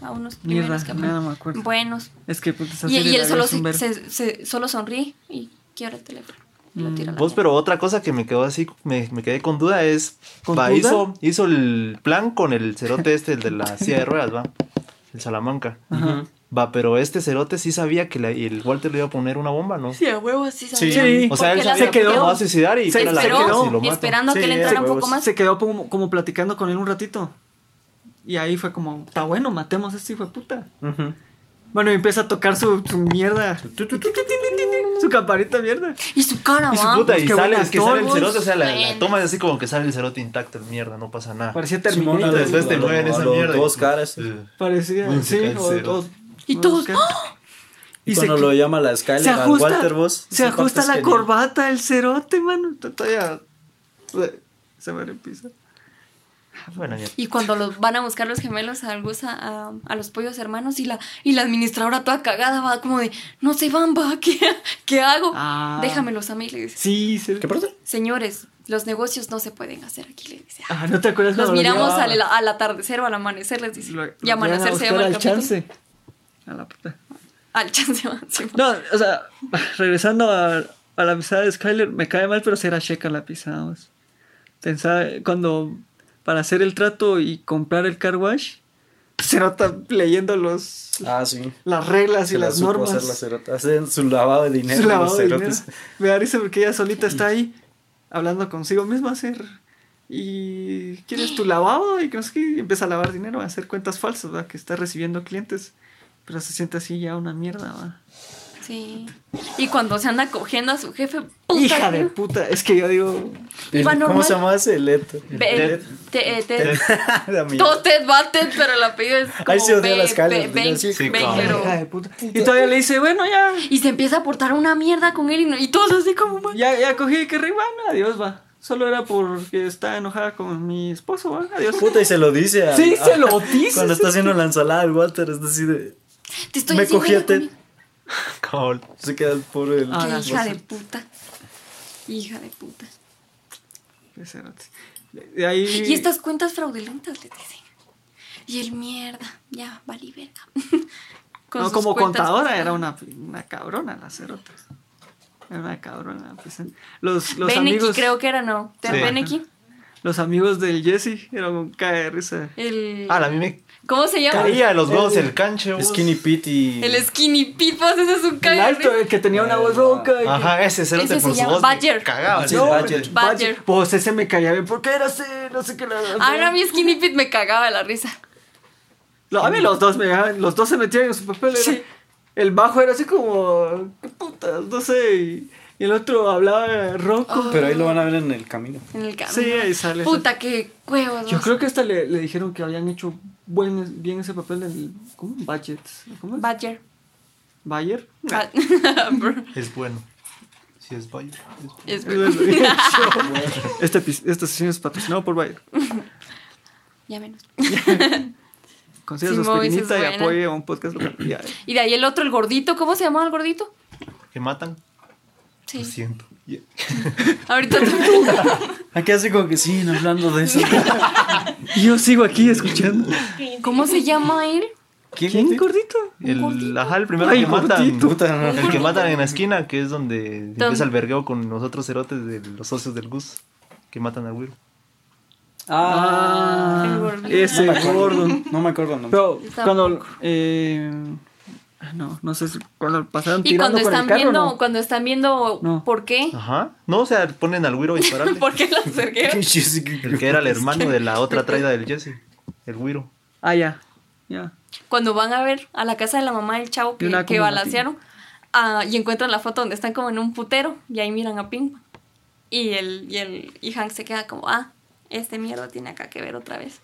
A unos Mierda, primeros que nada me acuerdo. buenos. Es que puta, esa Y, serie y él la solo, vi hace un se, se- vergo. se- solo sonríe y quiebra el teléfono. y Mm. lo tira a la Vos, mierda. pero otra cosa que me quedó así, me, me quedé con duda es. ¿Con va, duda? Hizo, hizo el plan con el cerote este, el de la silla de ruedas, va. El Salamanca. Ajá. Va, pero este cerote sí sabía que la- el Walter le iba a poner una bomba, ¿no? Sí, a huevo, sí, Sí. Sí. O sea, él Porque la sabía que bloqueó. se va a suicidar y Se era la esperó, verga si lo mato. esperando a que Sí, le entrara un huevos. poco más. Se quedó como, como platicando con él un ratito. Y ahí fue como, está bueno, matemos a este hijo de puta. Ujú. Bueno, y empieza a tocar su, su mierda. Su campanita mierda. Y su cara, Y su va. puta, Pues y qué sale, buen es que sale el actor, cerote, o sea, la, la bueno. toma es así como que sale el cerote intacto, el mierda, no pasa nada. Parecía Simón, Terminator. a los- Después te a mueven lo- a esa lo- mierda. y- Dos caras. Eh. Parecía, Muy sí. musical, o- cero. o- Y o- todos, ¡Oh! ¡ah! que- Y, Y se, cuando lo llama la Skyler, se al ajusta, Walter Boss. se esa parte ajusta es la genial. corbata el cerote, mano. Todavía se me empieza. Ah, Bueno, mierda. Y cuando los van a buscar los gemelos al Gus a, a- a los pollos hermanos y la, y la administradora toda cagada va como de, no se van, va, ¿qué, qué hago? Ah. Déjamelos a mí, le dice. Sí, se... ¿Qué parte? Señores, los negocios no se pueden hacer aquí, le dice. Ah, ¿no te acuerdas? Los cuando lo miramos llevaba? al, al atardecer o al amanecer, les dice. Lo- y lo llevan a amanecer se buscar llama el al capítulo. chance. A la puta. Al chance, va, sí, va. No, o sea, regresando a, a la pisada de Skyler, me cae mal, pero será checa la pisada. vos. Pensaba, cuando para hacer el trato y comprar el car wash, pues, se nota leyendo los, Ah, sí. las reglas y Se la las supo normas. hacer la cerota. Hacen su lavado de dinero. Su lavado los de cerotes. dinero. Me da risa porque ella solita está ahí hablando consigo misma hacer y quieres tu lavado y que no sé qué, y empieza a lavar dinero, a hacer cuentas falsas, ¿verdad? que está recibiendo clientes, pero se siente así ya una mierda, ¿verdad? Sí. Y cuando se anda cogiendo a su jefe, puta. Hija de puta, es que yo digo, El- Va ¿Cómo normal. se llama ese? Leto. Ve- te- eh, te- La mía. Todo Ted va Ted, pero el apellido es como Ahí se odia Be- las calas, Be- Be- sí, Be- cabrón. pero- hija de puta. Y todavía le dice, bueno, ya, Y se empieza a portar una mierda con él y, no- y todos así como... "Ma-". ya, ya cogí que rima, adiós, va. Solo era porque está enojada con mi esposo, ¿va? Adiós. Puta, y se lo dice. al- Sí, se lo dice, Cuando sí, está haciendo la ensalada, el Walter está así de. Te estoy me haciendo cogí a algo Ted. Cabal. Se queda el pobre. el- con- Qué Ah, hija de puta. Hija de puta. Qué cerote. De ahí... Y estas cuentas fraudulentas le dicen. Y el mierda. Ya, vale verga. Con No, sus como cuentas- contadora era una, una cabrona la cerota. Era una cabrona. pues, en- los, los, Beneki amigos, creo que era, ¿no? Ted Sí. Beneki. los amigos del Jesse eran un cae de risa. El... Ah, a mí me ¿Cómo se llama? caía de los huevos el canche. vos. Skinny Pete y. El Skinny Pipas, ese es un El cagadero. alto, el que tenía una voz ronca. y que- Ajá, ese cerote Ese se por su llama voz. Badger. me Cagaba. Sí, ¿no? Badger. Badger. Pues ese me caía bien. ¿Por qué era así? No sé qué. La, Ah, no, a mí Skinny Pete me cagaba la risa. Lo- a mí los dos me llegaban- Los dos se metían en su papel. era- Sí. El bajo era así como. ¿Qué putas? No sé. Y, y el otro hablaba ronco. Pero ahí lo van a ver en el camino. En el camino. Sí, ahí sale. Puta, qué huevos. Yo vos. creo que hasta le, le dijeron que habían hecho buen, bien ese papel del. ¿Cómo? Budget. ¿Cómo es? Badger. ¿Bayer? Ba- Bro, Es bueno. Si es Badger. es- es- este, epi- esta sesión es patrocinado por Bayer. ya menos. Consiga Sí, su Mois es espinita y buena. apoye a un podcast local. Ya, eh. Y de ahí el otro, el gordito. ¿Cómo se llamaba el gordito? Que matan. Sí. Lo siento. Ahorita te- Aquí hace como que siguen hablando de eso. Y Yo sigo aquí escuchando. ¿Cómo se llama él? ¿Quién, gordito? El, ajá, el primero Ay, que matan. gordito. Puta, no. El que matan en la esquina, que es donde empieza el vergueo con los otros cerotes de los socios del Gus. Que matan al güero. Ah, El Ah, gordito. ese gordo. no me acuerdo. No. Pero Está cuando. eh, ah, no, no sé si cuando pasaron Y tirando cuando con están el carro, viendo, ¿no? cuando están viendo No. por qué, Ajá. No, o sea, ponen al güero a dispararle. por qué la acerqué. Jessica El que era el hermano de la otra traida del Jesse. El güiro. Ah, ya. Ya. Cuando van a ver a la casa de la mamá del chavo Y que, una que como balacearon ah, y encuentran la foto donde están como en un putero y ahí miran a Pinkman. Y el, y el y Hank se queda como, ah, este mierda tiene acá que ver otra vez.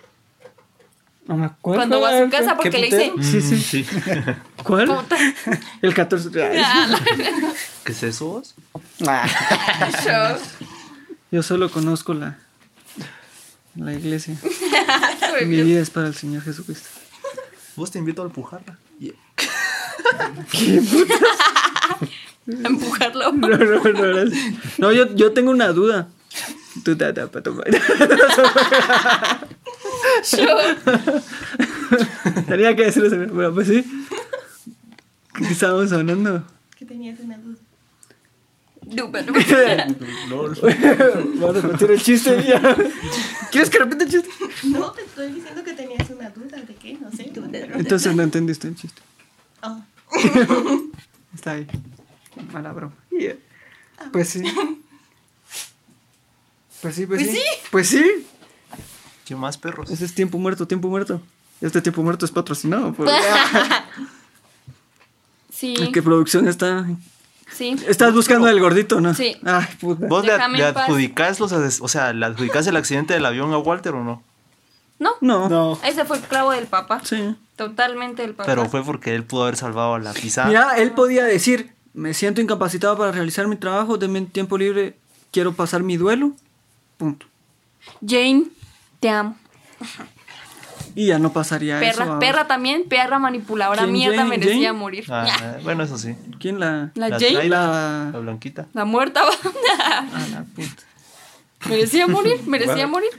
No me acuerdo. Cuando va a su casa porque le dice, Sí, Mm, sí. ¿Cuál? puta, El 14. Ay, ah, la- ¿Qué es eso vos? yo- Yo solo conozco la, la iglesia. Muy Mi bien. vida es para el Señor Jesucristo. Vos te invito a empujarla. Yeah. a empujarlo. No, no, no, era así. No, yo, yo tengo una duda. Tú te te- pa- tu- Tenía que decirlo, señor. Bueno, pues sí. ¿Qué estábamos hablando? Que tenías una duda. Duper. Vamos a repetir el chiste. ya. ¿Quieres que repita el chiste? No, te estoy diciendo que tenías una duda. ¿De qué? No sé. Pero- Entonces no entendiste el chiste. Ah, Está ahí. Mala broma. Pues sí. Pues sí, pues, Pues sí. sí. Pues sí. ¿Qué más perros? Ese es tiempo muerto, tiempo muerto. Este tiempo muerto es patrocinado por. Sí, ¿Qué producción está? sí. Estás buscando al gordito, ¿no? Sí. Ay, puta. ¿Vos le, Déjame le en paz. adjudicás los ades- o sea, le adjudicás el accidente del avión a Walter o no? No, No. No. ese fue el clavo del papá. Sí. Totalmente el papá. Pero fue porque él pudo haber salvado a la pisada. Mira, él podía decir: Me siento incapacitado para realizar mi trabajo, denme tiempo libre, quiero pasar mi duelo. Punto. Jane, te amo. Y ya no pasaría eso. Perra, vamos. perra también, perra manipuladora, ¿Quién, mierda, Jane? merecía Jane? morir. Ah, eh, bueno, eso sí. ¿Quién la.? La La Jane, trae- La La. blanquita. la muerta, va. Ah, la puta. merecía morir, merecía morir.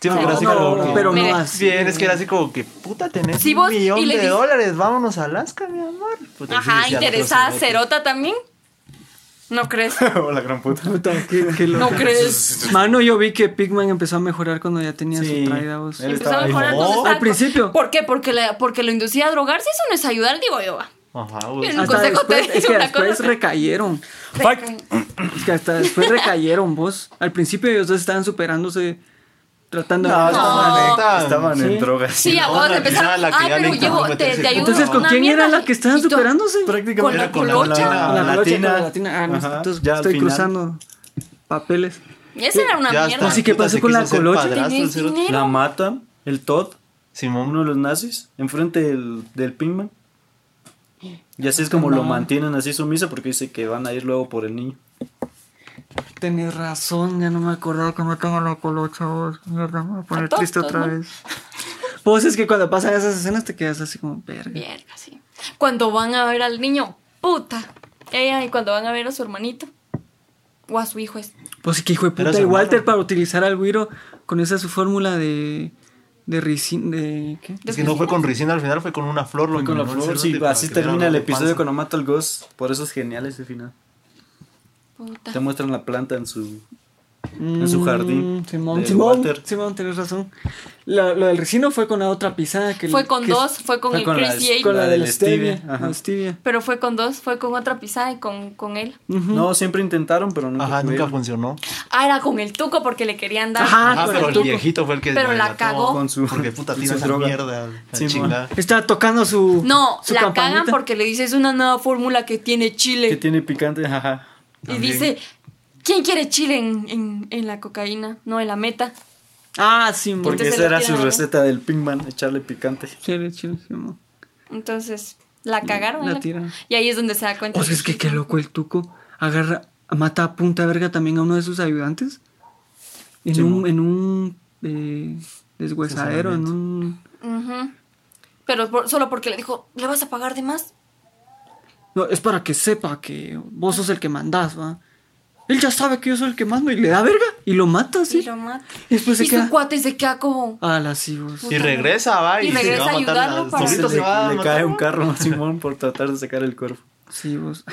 Sí, porque era así No, como que- pero no Mira, así. Bien, es que era así como que puta tenés Sí, un vos- y millón le de dices- dólares, vámonos a Alaska, mi amor. pues, Puta, Ajá, sí, decía, interesada, "Otro cerote". cerota también. ¿No crees? la gran puta. Puta, qué, qué loco. ¿No crees? Mano, yo vi que Pigman empezó a mejorar cuando ya tenía Sí. su traída voz. Él Empezó a estaba ahí, mejorar ¿no? cuando estaba- Al principio. ¿Por qué? Porque, la- porque lo inducía a drogarse, eso no es ayudar, digo yo, va. Ajá, vos. Bien. Un Hasta consejo te después, dice es que una después cosa. recayeron. Es que hasta después recayeron vos. Al principio ellos dos estaban superándose, tratando de. No, estaban, No. estaban- Ah, estaban Sí. en drogas. Sí, a vos Ahora, empezaron. la que ah, ya pero le llevo, tocó te, meterse te con- ayudo. Entonces, ¿con una quién era mierda, la que estaban y tú- superándose? Prácticamente Con la era con la, colocha. la- la latina. la latina. La latina. Ah, no, Ajá, entonces ya al estoy final. cruzando papeles. Esa era una Ya mierda. está, Así que puta, pasó se con quiso la hacer colocha. padrastro, el ¿Tenés cerote. dinero? La matan, el Todd, Simón, uno de los nazis, enfrente del, del Pinkman. Y así es como lo No. mantienen así sumisa porque dice que van a ir luego por el niño. Tenés razón, ya no me acordaba que no tengo la colocha vos. Mierda, me voy a poner A todos, triste otra ¿no? vez. Pues es que cuando pasan esas escenas te quedas así como, verga. Mierda, sí. Cuando van a ver al niño, puta. Ella, y cuando van a ver a su hermanito. O a su hijo es. Pues que hijo de Era puta. su Y Walter hermano. para utilizar al güiro con esa su fórmula de. de ricin. de. ¿qué? es que no fue con Ricina al final, fue con una flor. lo Fue con la envenenó el flor, cerote sí, para así que le termina haga el algo de episodio panza. con Amata al Ghost. Por eso es genial ese final. Puta. Ah. Te muestran la planta en su. En su jardín Mm, Simón, de Simón, Walter. Simón, tenés razón. Lo, lo del ricino fue con la otra pisada que Fue con que- dos, fue con fue el con Chris y las- Abe. Con la, La del del stevia. stevia, ajá. la stevia. Pero fue con dos, fue con otra pisada y con, con él. Ujú. No, siempre intentaron, pero nunca. Ajá, nunca pudieron. funcionó. Ah, era con el tuco porque le querían dar. Ajá, Ajá, con Ah, pero el el tuco. viejito fue el que Pero la delató. cagó. Con su- Porque puta con tira su esa droga. mierda, la Sí, mon. chingada. Estaba tocando su. No, su la cagan campanita. porque le dices una nueva fórmula que tiene Que chile. tiene picante, ajá. y También. dice, ¿quién quiere chile en, en- en la cocaína? No, en la meta. Ah, Simón. Porque Entonces lo esa era tiran su ahí. receta del Pinkman, echarle picante. Chile, chile, Simón. Entonces, la cagaron. La ¿eh? tiran. Y ahí es donde se da cuenta. O sea, es que qué loco el tuco. Agarra, mata a punta verga también a uno de sus ayudantes. En Sí, un, mo. en un eh, deshuesadero, en un. Ujú. Pero por- solo porque le dijo, ¿le vas a pagar de más? No, es para que sepa que vos sos el que mandás, va. Él ya sabe que yo soy el que mando y le da verga y lo mata, Ah, sí. Y lo mata. Y después se y queda- su cuate se queda como. A las hijos. Puta. Y regresa, va, y, Y se regresa va a a matar. ayudarlo la- para- Se Solito le, se va a le matar. cae un carro a Simón por tratar de sacar el cuerpo. Sí, vos.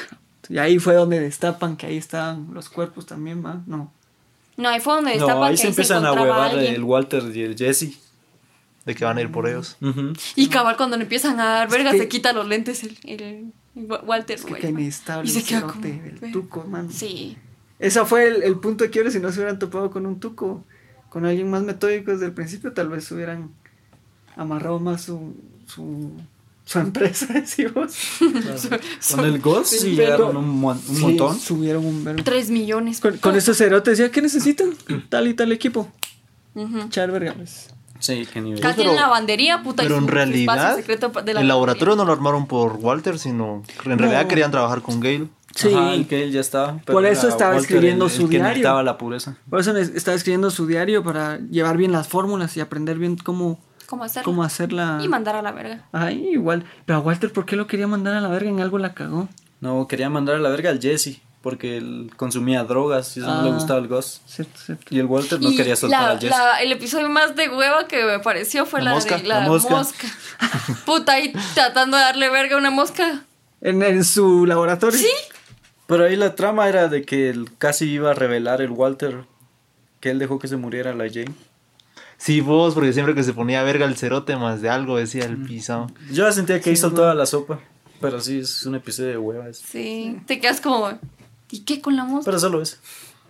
Y ahí fue donde destapan que ahí estaban los cuerpos también, ¿va? No. No, ahí fue donde No, destapan ahí que se empiezan a encontraba huevar alguien. el Walter y el Jesse. De que van a ir por ellos. Y cabal, cuando le empiezan a dar verga, que- se quita los lentes el, el- el Wa- Walter. Es que güey. qué inestable Y se el queda cerote como, del "Verga". tuco, man. Sí. Ese fue el, el punto de quiebre si no se hubieran topado con un tuco. Con alguien más metódico desde el principio, tal vez hubieran amarrado más su, su, su empresa, decimos. Con el Ghost sí llegaron un, mon- un montón. Subieron un verbo. Tres millones. Con, con estos cerotes decía, ¿qué necesitan? Tal y tal equipo. Ujú. Echar vergales. Sí, qué nivel. Casi pero- en lavandería, puta. y Pero en su espacio realidad, secreto pa- de el lavandería. laboratorio no lo armaron por Walter, sino en realidad querían trabajar con Gale. Sí. Ajá, el que él ya estaba. Por eso era estaba Walter escribiendo el- el su que diario. necesitaba la pureza. Por eso ne- estaba escribiendo su diario para llevar bien las fórmulas y aprender bien cómo, ¿Cómo hacerlo? cómo hacerla. Y mandar a la verga. Ay, igual. Pero a Walter, ¿por qué lo quería mandar a la verga? En algo la cagó. No, quería mandar a la verga al Jesse. Porque él consumía drogas y eso no le Ah. gustaba el Ghost. Cierto, cierto. Y el Walter no Y quería soltar la- al Jesse. la- el episodio más de hueva que me pareció fue La la, mosca, de la, la mosca. mosca. Puta, ahí tratando de darle verga a una mosca. En, en su laboratorio. Sí, Pero ahí la trama era de que él casi iba a revelar el Walter. Que él dejó que se muriera la Jane. Sí, vos, porque siempre que se ponía verga el cerote más de algo, decía Mm. el pisado. Yo ya sentía que ahí soltaba la sopa. Pero sí, es un episodio de huevas. Sí, te quedas como, ¿y qué con la mosca? Pero solo eso.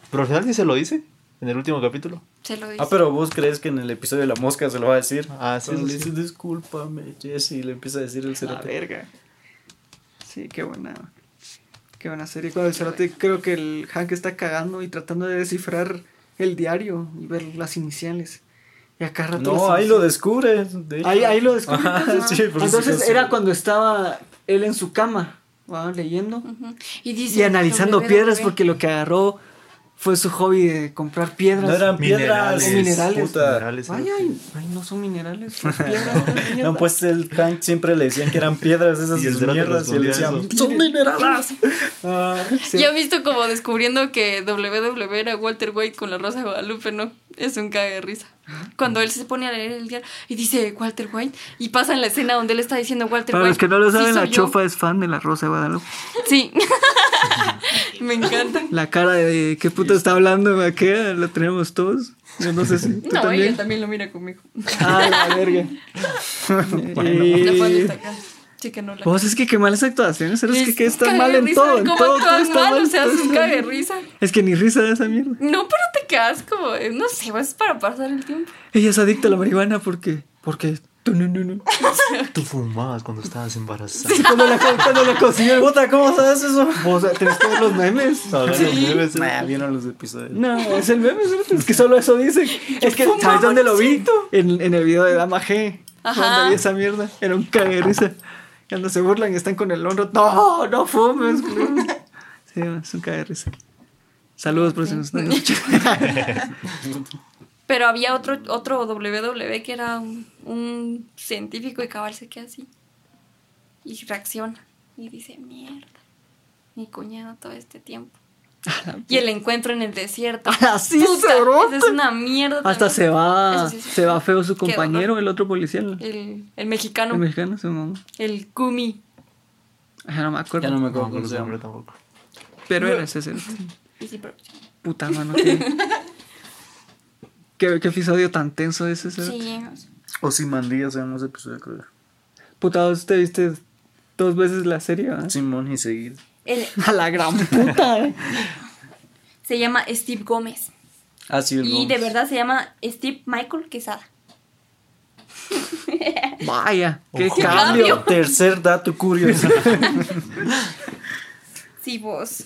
Pero al final sí se lo dice, en el último capítulo. Se lo dice. Ah, pero vos crees que en el episodio de la mosca se lo va a decir. Ah, sí, Cuando sí, le dice, discúlpame, Jesse. Y le empieza a decir el La cerote. verga. Sí, qué buena. Qué buena serie. Cuando el cerote, creo que el Hank está cagando y tratando de descifrar el diario y ver las iniciales. Y acá rato No, las ahí lo iniciales. descubre. de hecho. Ahí, ahí lo descubre. Ajá, sí, por eso Entonces que- era cuando estaba él en su cama, ¿va? leyendo Ujú. Y, dice, y analizando "Lo bebé, lo piedras bebé". porque lo que agarró fue su hobby de comprar piedras. No eran piedras. Minerales. O minerales. puta. Minerales, Ay, cerote. ay, ay, no son minerales, son piedras. No, pues el Hank siempre le decían que eran piedras esas Y el sus Zero te mierdas. Y él respondía decía, eso. son minerales. Ah, sí. Ya he visto como descubriendo que WW era Walter White con la Rosa de Guadalupe, ¿no? Es un cague de risa. Cuando él se pone a leer el diario y dice Walter White y pasa en la escena donde él está diciendo Walter Para White. los que no lo "Sí saben, la soy yo". chofa es fan de la Rosa de Guadalupe. Sí. Me encanta. La cara de qué puta está hablando, ¿a qué? La tenemos todos. Yo no sé si tú No, también. ella también lo mira conmigo. Ah, la verga. La fan Eh, está acá. Sí que no la. Vos es que qué malas actuaciones, es que, que Es estás cague mal de en risa, todo, en ¿cómo todo, todo actúan está mal, mal. o sea, todo es un está cague de mal. risa. Es que ni risa de esa mierda. No, pero te quedas como, eh, no sé, es para pasar el tiempo. Ella es adicta a la marihuana porque porque tú no no no. Tú fumabas cuando estabas embarazada. Sí, cuando la cuando la cocinó el Puta, ¿cómo sabes eso? vos tenés todos los memes. Ahora los bebés, cerote. Nah, vieron los episodios. No, es el meme, ¿cierto? es que solo eso dicen. Es que, fumaba ¿sabes dónde lo vi? En, en el video de Dama G. Ajá. Cuando vi esa mierda, era un cague de risa. Cuando se burlan y están con el hombro, no, no fumes. güey". sí, es un cague de risa. Saludos por si nos están escuchando. Pero había otro, otro WW que era un, un científico y cabal se queda así. Y reacciona. Y dice, mierda, mi cuñado todo este tiempo. Y el encuentro en el desierto. Así Puta, Ah, se brota. esa es una mierda. Hasta también. se va, Eso sí, sí. se va feo su Qué compañero, el otro policía, el, El, el el mexicano, el, mexicano, su mamá. Kumi. Ay, no me acuerdo. Ya no me No, acuerdo no cómo se sé, llama. hombre, tampoco. Pero era ese, ese. Y sí, pero- sí, Puta mano. Qué, qué, qué episodio tan tenso ese, ese. O Simandía se llama ese episodio, creo. Puta, vos te viste dos veces la serie, ¿verdad? Simón y seguir. el- A la gran puta. eh. se llama Steve Gómez. Ah, sí, el Y Bones. de verdad se llama Steve Michael Quesada. Vaya, qué Ojo. cambio. cambio. Tercer dato curioso. Sí, vos.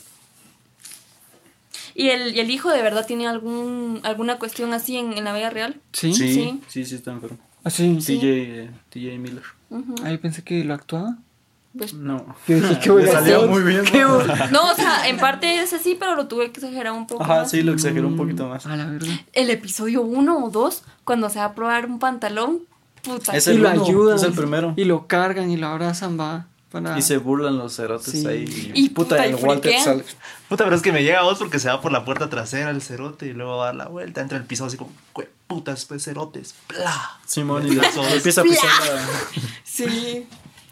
¿Y el, y el hijo de verdad tiene algún, alguna cuestión así en, en la vida real? ¿Sí? ¿Ah, Sí, Sí. sí, sí, está enfermo. Así. TJ, eh, TJ Miller. Ujú. Ahí pensé que lo actuaba. Pues- No. Yo dije, qué Le buena salía acción. muy bien. Qué ¿no? bu- No, o sea, en parte es así, pero lo tuve que exagerar un poco. Ajá, más. sí, lo exageró un poquito más. A la verdad. El episodio 1 o 2, cuando se va a probar un pantalón, puta. Es y el lo uno, ayudan. es el primero. Y lo cargan y lo abrazan, va. Para... Y se burlan los cerotes Sí. ahí. Y puta, y friquean. Puta, pero es que me llega otro que se va por la puerta trasera el cerote y luego va a dar la vuelta, entra el pisado así como, "Jue puta, estos cerotes, bla. Simón y le empieza a pisar la... Sí.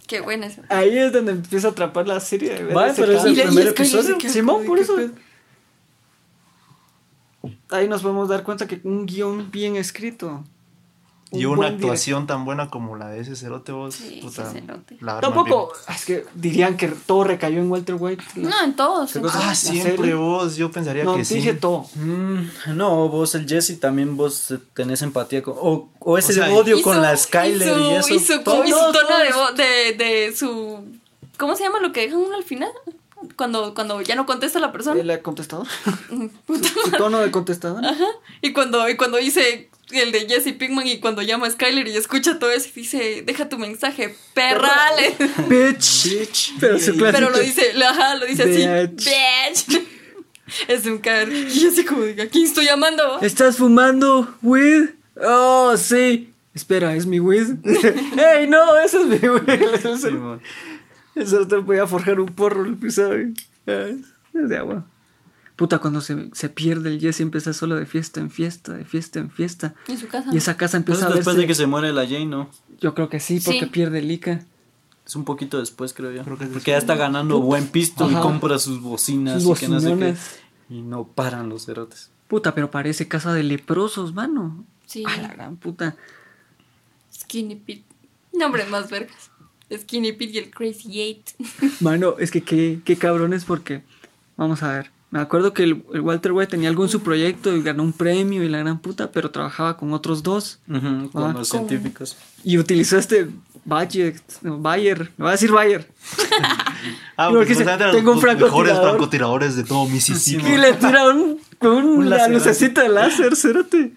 Qué buena esa. Ahí es donde empieza a atrapar la serie. de ver Vaya, ese pero es caso. el Y le- y primer es que yo episodio. sé que- Simón, por qué eso. pedo. Ahí nos podemos dar cuenta que un guión bien escrito Y un una buen actuación tan buena como la de ese cerote vos. Sí, puta, ese cerote. la arman Tampoco, es que dirían que todo recayó en Walter White. No, en todos. ¿Qué en bien. cosa? todos. Ah, La siempre serie. vos. Yo pensaría No, que sí. dije todo. Mm, no, vos, el Jesse, también vos eh, tenés empatía con. O, o ese O sea, odio Y con su- la Skyler y, su- eso. Y su, todo- y su todo- tono de, vo- de, de su. ¿Cómo se llama lo que dejan uno al final? Cuando, cuando ya no contesta la persona. ¿El contestador? Su tono de contestador. Y cuando, y cuando dice el de Jesse Pinkman y cuando llama a Skyler y escucha todo eso y dice, deja tu mensaje, perrale. Bitch. Pero su clase. Pero lo dice, lo- ajá, lo dice así, Bitch. bitch. Es un caer. Y así como diga, ¿a quién estoy llamando? ¿Estás fumando weed? Oh, sí. Espera, ¿es mi weed? ¡Ey, no! Eso es mi weed. Sí, mo. Eso te voy a forjar un porro, el pisado. Es de agua. Puta, cuando se, se pierde el Jesse empieza solo de fiesta en fiesta, de fiesta en fiesta. En su casa. Y esa casa empieza Entonces, a verse. después de que se muere la Jane, ¿no? Yo creo que sí, porque Sí. pierde el Ica. Es un poquito después, creo yo. Creo que es Porque ya está ganando buen pisto Ajá. y compra sus bocinas Sus y que no sé qué. bocinones. Y no paran los cerotes. Puta, pero parece casa de leprosos, mano. Sí. A la gran puta. Skinny Pete. Nombres más vergas. Skinny Pete y el Crazy Eight. Mano, es que qué, qué cabrones porque, vamos a ver, me acuerdo que el, el Walter White tenía algo en su proyecto y ganó un premio y la gran puta, pero trabajaba con otros dos con Ah. los Con- científicos. y utilizó este budget, Bayer, me va a decir Bayer, Ah, No, porque que se- supuestamente tengo un los mejores francotirador. francotiradores de todo Mississippi. y le tiraron con Un una láser. lucecita de láser, cérate.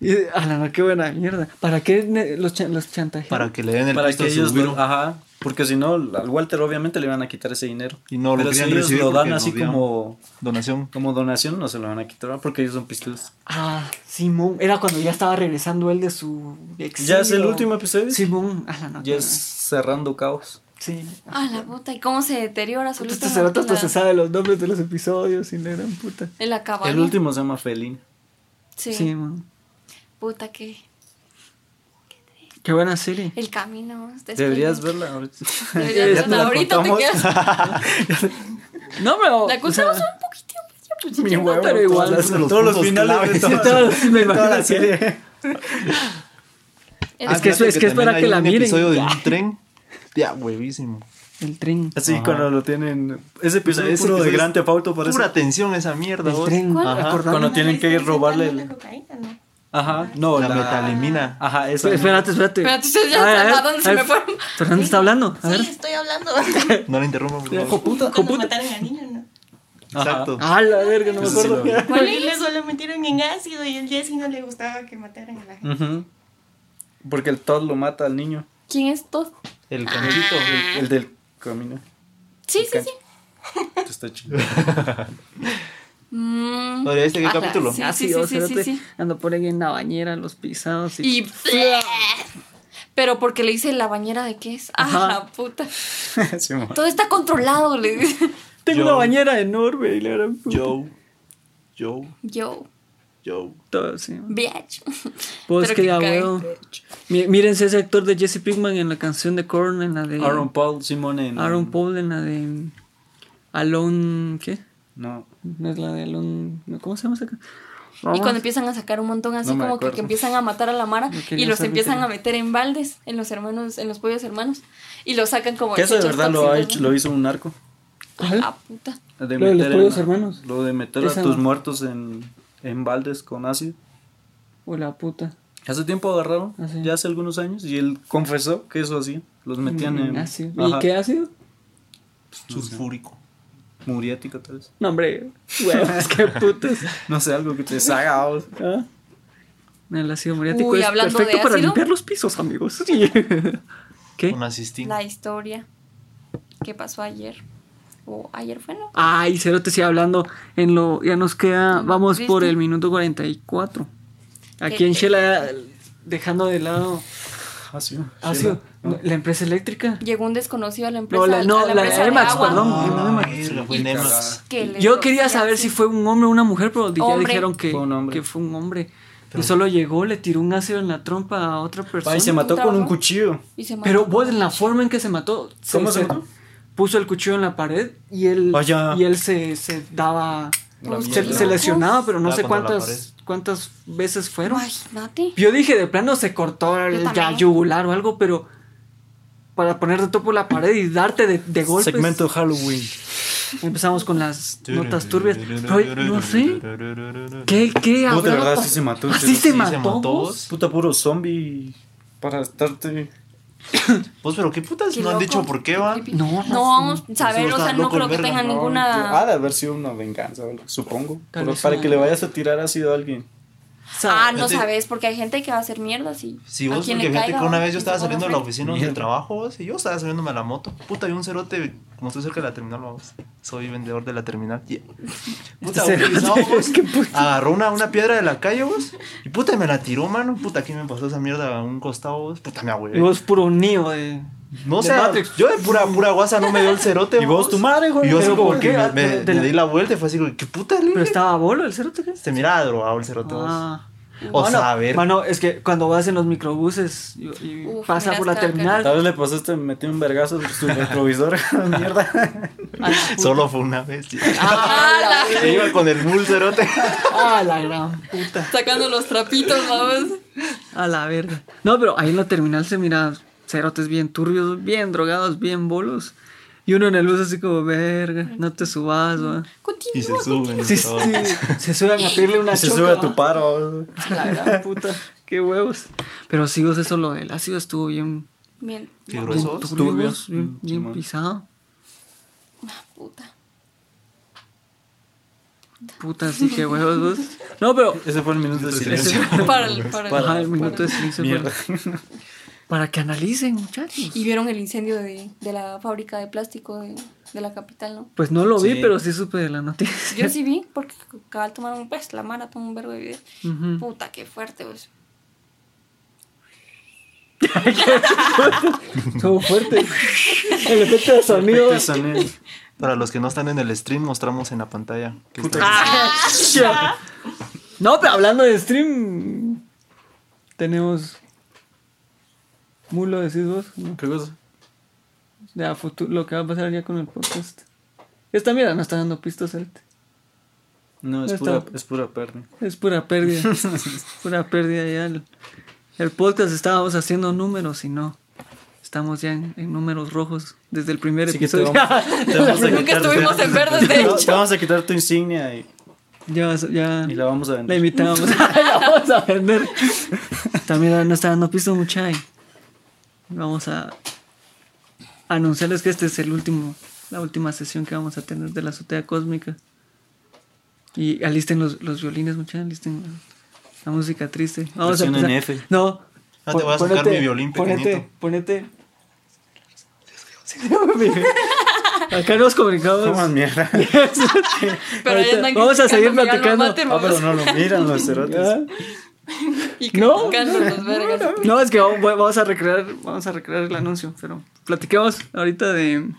Y, a la no, qué buena mierda. ¿Para qué ne- los, chan- los chantajearon? para que le den el para pisto que a su ellos güiro. no- ajá porque si no al Walter obviamente le van a quitar ese dinero Y no lo pero si querían ellos recibir lo dan porque así nos dieron. como Donación. como donación no se lo van a quitar porque ellos son pistolos Ah, Simón, era cuando ya estaba regresando él de su exilio. ya es el último episodio Simón, a la no, ya qué es cerrando caos buena. Sí. Ah, la puta. ¿Y cómo se deteriora su Este cerote hasta se sabe los nombres de los episodios y la gran puta. El acabado. el último se llama Felín Sí. Sí, man. Puta que. Qué buena serie. El camino. es despeñar. deberías verla ahorita Deberías Ya te verla. la Ahorita te contamos. quedas. No, pero. La Oh, o sea, contamos un poquitito. pues, ya, Mi ya, huevo, pero todo. igual. Los todos los puntos finales claves. de todas- Todas las- me de imagino toda la así. serie El- Ah, Es que es- fíjate es que es también para hay que la un miren. episodio de un tren. Ya, huevísimo. El tren. así Ajá. cuando lo tienen ese episodio es Ese uno de episodio Gran es Theft Auto parece Pura tensión esa mierda, El vos. tren. ¿Cuál? Ajá. Acordame. Cuando tienen que robarle La el- cocaína, ¿no? ajá no La la, metalemina. ajá esa Espérate, espérate. Espérate, Espérate, ustedes ya A ver, saben a a ver, dónde se a me ver, fueron. Fernando está hablando. A ver. Sí, estoy hablando. No le interrumpo, por favor. Hijo puta, hijo Cuando puta. mataron al niño, ¿no? Ajá. Exacto. Ah, la verga, no me Eso sí acuerdo. lo vi. ¿Cuál Porque le solo metieron en ácido y el Jesse no le gustaba que mataran a la gente. Ujú. porque el Todd lo mata al niño ¿Quién es Todd? El canchito. el, el del camino Sí, sí, Ok. sí. está chido Mm. Oye, ¿este qué Ajá, capítulo? sí. Ah, sí, oh, sí, sí, cérate, sí. Ando por ahí en la bañera, los pisados y. Y. Pero porque le dice la bañera de qué es. Ajá. Ah, la puta. Sí, mo. Todo está controlado, le dice. Tengo Yo- una bañera enorme y la gran puta. Joe. Joe. Yo, Joe. Todo, sí, man. bitch. Pues Pero que ya, cae. weón. Mi- Mírense ese actor de Jesse Pinkman en la canción de Korn, en la de. Aaron Paul Simone en- Aaron Paul en la de Alone. ¿Qué? no No es la de Alone. ¿Cómo se llama esa ca- Y Ah. cuando empiezan a sacar un montón así No me como que, acuerdo. que empiezan a matar a la Mara Yo quería y los saber empiezan qué- a meter en baldes, en los hermanos, en los pollos hermanos. Y los sacan como que eso de desechos verdad lo, ha tóxicos, hecho- ¿no? lo hizo un narco ¿Cuál? Ah, puta. de Lo de los meter en- pollos hermanos. lo de meter Esa a tus no. muertos en, en baldes con ácido O la puta. hace tiempo agarraron Ah, sí. ya hace algunos años y él confesó que eso hacía los metían en Mm, ácido. ajá, ¿Y qué ácido? Sulfúrico. muriático tal vez No, hombre. Huevos, qué putas. no sé algo que te saca o- ¿Ah? El ácido muriático Uy, es hablando perfecto de para ácido. limpiar los pisos, amigos. Sí. ¿Qué? Una cistina. La historia que pasó ayer. O ayer fue, ¿no? Ay, cero te sigue hablando en lo ya nos queda, vamos por ¿Viste? el minuto 44. Aquí ¿Qué- en qué? Shela dejando de lado ácido ácido, no, la empresa eléctrica. Llegó un desconocido a la empresa. No, la, no, a la la empresa de Emax, agua perdón. la Emax. verga, fue Y en Emacs. cagada. que le Yo rocía quería saber así. si fue un hombre o una mujer, pero ya Hombre. dijeron que Fue un hombre. que fue un hombre. y solo llegó, le tiró un ácido en la trompa a otra persona. Ay, se mató con un trabajo? cuchillo Y se Pero mató. vos, en la forma en que se mató. ¿Cómo se mató? Puso el cuchillo en la pared y él, Vaya. y él se, se daba La Pues, Se, mierda. se lesionaba, pero no Ah, sé cuando la cuántas, cuántas veces fueron. Imagínate. Yo dije, de plano se cortó el ya también. yugular o algo, pero para ponerte tú por la pared y darte de, de golpes. Segmento Halloween. Empezamos con las notas turbias. Pero, no sé. ¿Qué, qué No, de habrá verdad, pas- sí se mató, ¿Ah, sí, sí sí se se mató. mató, vos? Puta puro zombie para estarte. Pues, pero qué putas Qué no han loco. dicho por qué va. No, No vamos a saber, o está sea, no loco creo el que verga, tengan no, ninguna. Ha de haber sido una venganza, o algo, supongo. Tal Pero vez para una- que le vayas a tirar ácido a alguien. Ah, no Fíjate- sabes, porque hay gente que va a hacer mierda así. Si vos, porque fíjate que una vez yo estaba saliendo de la oficina Mierda. del trabajo, vos, y yo estaba subiéndome a la moto. Puta, y un cerote, como estoy cerca de la terminal, vamos. Soy vendedor de la terminal. yeah. Puta, Este un pisado, cerote, vos, qué puta. agarró una, una piedra de la calle, vos. Y puta, y me la tiró, mano. Puta, aquí me pasó esa mierda a un costado, vos. Puta, me Y ahuevé. vos puro neo de. No de sé, Matrix. yo de pura, pura guasa no me dio el cerote. Y vos, tu madre, güey. Y yo así Pero como ¿por que qué? me, Ah, me- pero del- me di la vuelta y fue así como, ¿qué puta, Lili? Pero estaba bolo el cerote, ¿qué? Se miraba drogado el cerote. vos. Ah. O Mano, saber. Mano, es que cuando vas en los microbuses y, y Uf, pasa mira, por la está terminal. Tal vez le pasaste, metí un vergazo por su retrovisor. mierda. Ah, Solo fue una vez. sí. Ah, la- Se iba con el mul cerote. Ah, la gran puta. sacando los trapitos, vamos. A la verga. No, pero ahí en la terminal se mira cerotes bien turbios, bien drogados, bien bolos. Y uno en el bus así como, verga, no te subas, va. Y se Continúa. suben. Sí, todo. sí, se suben a pedirle una Se choca, sube a va. tu paro. La gran puta, qué huevos. Pero sí, vos, eso lo del ácido estuvo bien. Bien. Qué bien grueso. turbio, Turbio. vos, bien, Mm, bien Simón. pisado. Puta. Puta, sí, qué huevos vos. No, pero. Ese fue el minuto de silencio. silencio. Para el, para el- Ajá, el minuto de silencio. Mierda. Para, para que analicen, muchachos. Y vieron el incendio de, de la fábrica de plástico de, de la capital, ¿no? Pues no lo vi, Sí. pero sí supe de la noticia. Yo sí vi, porque acababa de tomar un pez, la Mara tomó un verbo de video. Ujú. Puta, qué fuerte, pues. Estuvo fuerte. El efecto de sonido. Perfecto sonido. Para los que no están en el stream, mostramos en la pantalla. que Puta. está- Ah, No, pero hablando de stream, tenemos. Mulo, decís vos. ¿no? ¿Qué cosa? Ya, futu- lo que va a pasar ya con el podcast. Esta mierda no está dando pistas, Cerote. No, es No pura, está. es pura pérdida. Es pura pérdida. pura pérdida ya. El, el podcast estábamos haciendo números y no. Estamos ya en, en números rojos desde el primer Así que te episodio. vamos- te vamos a Nunca quitar- estuvimos en verdes, de Te hecho. vamos a quitar tu insignia y, ya, vas- ya y la vamos a la vender. invitamos. la vamos a vender. También no está dando pisto mucha. y Vamos a anunciarles que este es el último, la última sesión que vamos a tener de la azotea cósmica. Y alisten los, los violines, muchachos, alisten la, la música triste. Vamos a Presiona empezar. en F. No. Ah, te pon- voy a sacar mi violín Ponete, pequeñito. ponete. Acá nos Tomas comunicamos. mierda. Pero Ahorita ya andan vamos a seguir criticando, platicando. ya no maten, Ah, pero vamos. no lo miran los cerotes. Ya. Y No. criticando los vergas. No, es que vamos- vamos a recrear, vamos a recrear el anuncio, pero platiquemos ahorita de, de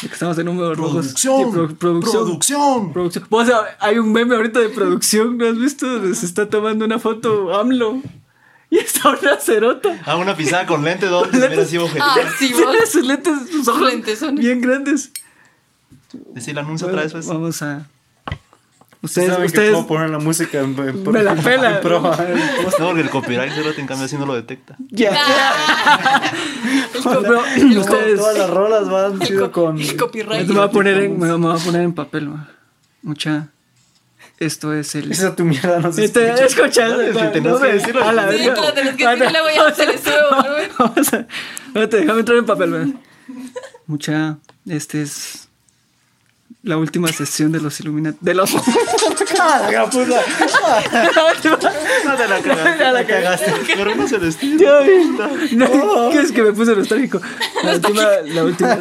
que estamos en números rojos. Sí, Producción. pro- producción. Producción. Producción. Vos, ah, hay un meme ahorita de producción, ¿no has visto? Donde Se está tomando una foto AMLO y está una cerota. Ah, una pisada con lente donde se mira así objetivo. Ah, sí, vos. Tiene sus lentes, sus ojos lentesones. bien grandes. Decir el anuncio otra vez, pues. Vamos a... Ustedes, ¿Saben que ustedes... puedo poner la música en, en- Me la pela. en proa? No, porque el copyright cerote, en cambio, así no lo detecta. Ya. Pero, ustedes... Todas las rolas van sido con... Y copyright. Esto me va a poner en, me, me va a poner en papel, ma. Mucha. Esto es el. Esa tu mierda no se Este, escucha. escucha, Claro, es que no, tenés no que me- decirlo. a la Sí, verga. te lo tenés que decir, Vale, luego ya vamos se le a- sube, güey. Vamos a. Espérate, déjame entrar en papel, ma. Mucha, este es la última sesión de los Illuminati. De los. ¡Ah, la gran puta! No te la cagaste. la cagaste. Pero no se les tira. Yo, no, ¿Qué es que me puse nostálgico? La última, la última,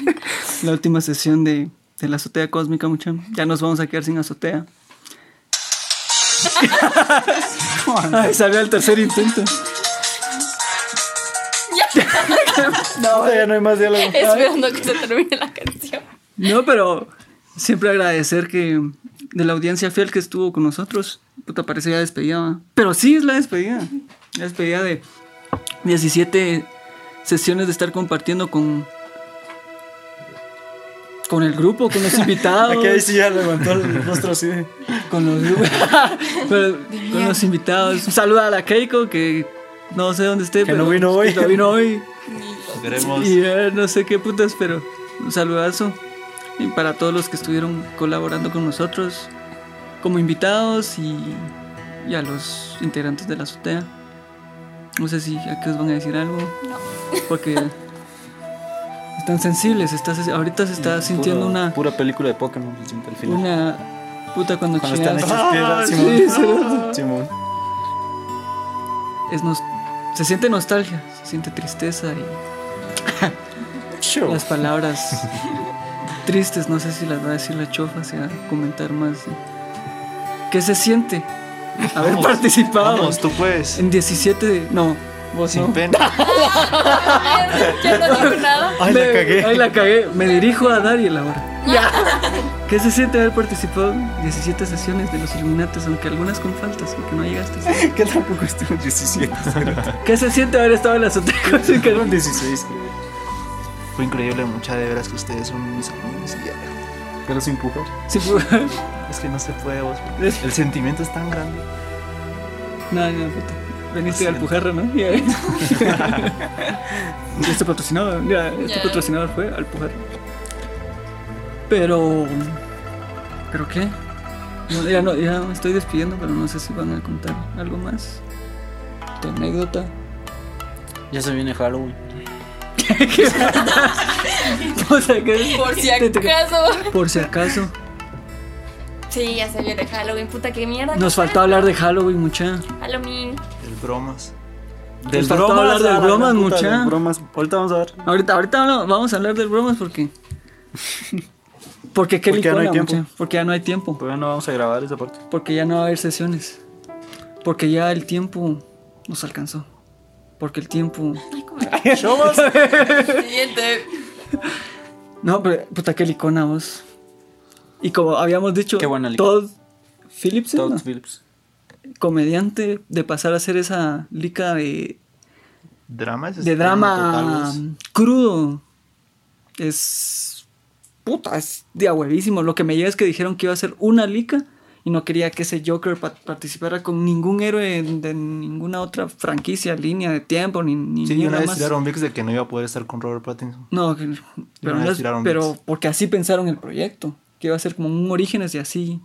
la última sesión de, de la azotea cósmica, mucha. Ya nos vamos a quedar sin azotea. Ay, salió el tercer intento. No, ya no hay más diálogo. Esperando que se termine la canción. No, pero siempre agradecer que de la audiencia fiel que estuvo con nosotros. Puta, parece ya despedida. ¿va? Pero sí es la despedida. La despedida de 17 sesiones de estar compartiendo con con el grupo, con los invitados. Aquí ahí sí ya levantó el rostro así de. con los con, con los invitados. Un saludo a la Keiko, que no sé dónde esté, Que no vino hoy. que no vino hoy. Lo Queremos. Y eh, no sé qué putas, pero un saludazo. Y para todos los que estuvieron colaborando con nosotros como invitados y, y a los integrantes de la azotea. No sé si aquí os van a decir algo. Porque están sensibles. estás- ahorita se está Puro- sintiendo una, Pura película de Pokémon, se siente al final. una puta cuando, Cuando están chingas. hechas piedras, sí, Simón. sí. Simón. Es nos- se siente nostalgia, se siente tristeza y Show. las palabras tristes, no sé si las va a decir la chofa, se va a comentar más. ¿Qué se siente haber Vamos, participado Vamos, tú puedes. en 17 de... No, vos Sin no. pena. Ya no digo nada. Ay, la Me- cagué. Ay, la cagué. Me dirijo a Dariel ahora. ¿Qué se siente haber participado en 17 sesiones de los Illuminates, aunque algunas con faltas, porque no llegaste? Que tampoco estuvo 17. ¿Qué se siente haber estado en las otras Fueron 16. Fue increíble, mucha de veras que ustedes son mis amigos. y ya. Pero sin pujar. Sí, pues, pu- Es que no se puede vos. El sentimiento es tan grande. No, no, puta. Veniste al Pujarra, ¿no? Ya. este patrocinador, ya, este Ya. patrocinador fue al Pujarra. Pero. ¿Pero qué? No, ya, no, ya me estoy despidiendo, pero no sé si van a contar algo más. Tu anécdota. Ya se viene Halloween. O sea, que- Por si te- te- acaso. Por si acaso. Sí, ya se viene Halloween, puta, qué mierda. Nos faltó hablar de Halloween, mucha. Halloween. El bromas. Nos faltó hablar del a la bromas, puta, mucha. del bromas. Ahorita vamos a ver. Ahorita, ahorita habla- vamos a hablar del bromas porque. Porque qué Porque ya no hay licona, tiempo. mucha. Porque ya no hay tiempo. Todavía no vamos a grabar esa parte. Porque ya no va a haber sesiones. Porque ya el tiempo nos alcanzó. Porque el tiempo. Siguiente. No, pero puta que licona vos. Y como habíamos dicho, Qué buena lica. Todd Phillips, ¿no? Todd Phillips. comediante, de pasar a ser esa lica de, Drama es de extremo, total, drama vos. crudo. Es. Puta, es de a huevísimo. Lo que me llega es que dijeron que iba a ser una lica y no quería que ese Joker pa- participara con ningún héroe de ninguna otra franquicia, línea Mm, de tiempo, ni, ni Sí, y mierda una vez más. tiraron Vix de que no iba a poder estar con Robert Pattinson. No, que- pero, una no vez es- tiraron pero bits. porque así pensaron el proyecto, que iba a ser como un orígenes y así,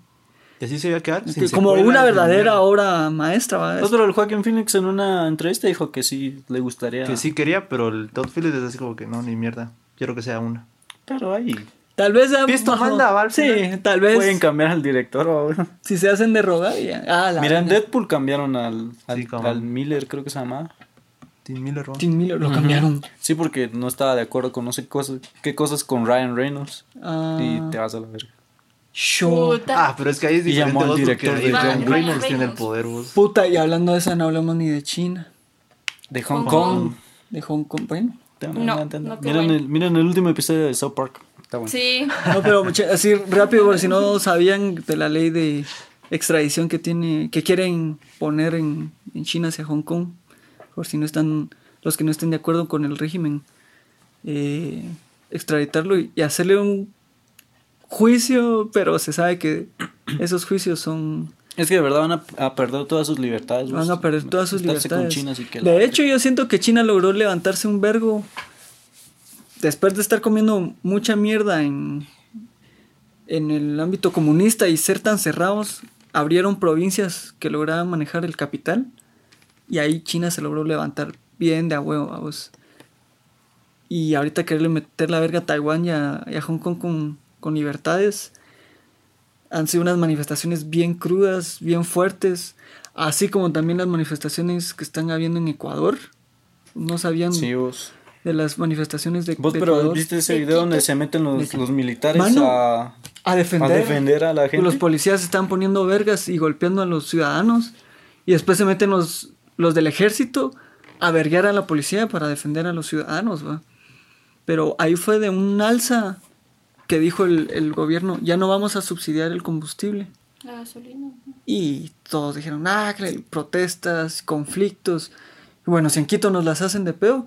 Y así se iba a quedar. sin que como secuela, una sin verdadera nada. obra maestra, ¿va? No, pero el Joaquín Phoenix en una entrevista dijo que sí le gustaría. Que sí quería, pero el Todd Phillips es así como que no, ni mierda. Quiero que sea una. Pero ahí. tal vez sea Pisto bajo- manda, ¿va? Al sí, final. tal vez Pueden cambiar al director ahora. si se hacen de rogar ya. Ah, la Mira, en vaina. Deadpool cambiaron al, al, Sí, como- al Miller, creo que se llamaba. Tim Miller, ¿no? Tim Miller lo cambiaron. Sí, porque no estaba de acuerdo con no sé cosas, qué cosas con Ryan Reynolds. Ah. Y te vas a la verga. Show. Puta. Ah, pero es que ahí es Y diferente. llamó al vos, director porque de Ryan Ryan Reynolds Reynolds. tiene el poder, vos. Puta, y hablando de esa no hablamos ni de China, De Hong Hong Kong. de Hong Kong, bueno. No, no, qué miren, bueno. el, miren el último episodio de South Park. Está bueno. Sí. No, pero mucha- así rápido, por si no sabían de la ley de extradición que tiene, que quieren poner en, en China hacia Hong Kong, por si no están, los que no estén de acuerdo con el régimen, eh, extraditarlo y, y hacerle un juicio, pero se sabe que esos juicios son Es que de verdad van a, a perder todas sus libertades. van a perder todas sus Juntarse libertades. con China, así que la de verga. hecho, yo siento que China logró levantarse un vergo después de estar comiendo mucha mierda en, en el ámbito comunista y ser tan cerrados, abrieron provincias que lograban manejar el capital y ahí China se logró levantar bien de a huevo, vamos. Y ahorita quererle meter la verga a Taiwán y a, y a Hong Kong con, con libertades han sido unas manifestaciones bien crudas, bien fuertes, así como también las manifestaciones que están habiendo en Ecuador. No sabían Sí, vos. de las manifestaciones de, Vos, de pero Ecuador viste ese video donde se meten los, los militares Mano, a, a a defender. Pues defender a la gente. Los policías están poniendo vergas y golpeando a los ciudadanos y después se meten los, los del ejército a verguear a la policía para defender a los ciudadanos, va. Pero ahí fue de un alza que dijo el, el gobierno, ya no vamos a subsidiar el combustible. La gasolina. Y todos dijeron, ah, que le- protestas, conflictos. Y bueno, si en Quito nos las hacen de pedo,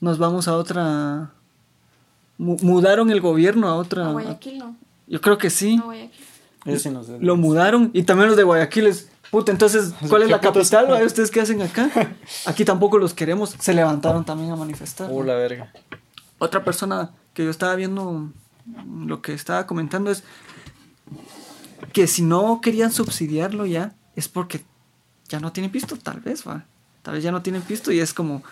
nos vamos a otra mu- mudaron el gobierno a otra. A Guayaquil, no. Yo creo que Ah, sí. A Guayaquil. Ellos sí nos deben. Lo mudaron. Y también los de Guayaquil es. Puta, entonces, ¿cuál es la ¿qué putas? capital? ¿Ay, ¿Ustedes qué hacen acá? Aquí tampoco los queremos. Se levantaron también a manifestar. Oh, la verga. Otra persona que yo estaba viendo mm, lo que estaba comentando es que si no querían subsidiarlo ya es porque ya no tienen pisto, tal vez, va. Tal vez ya no tienen pisto y es como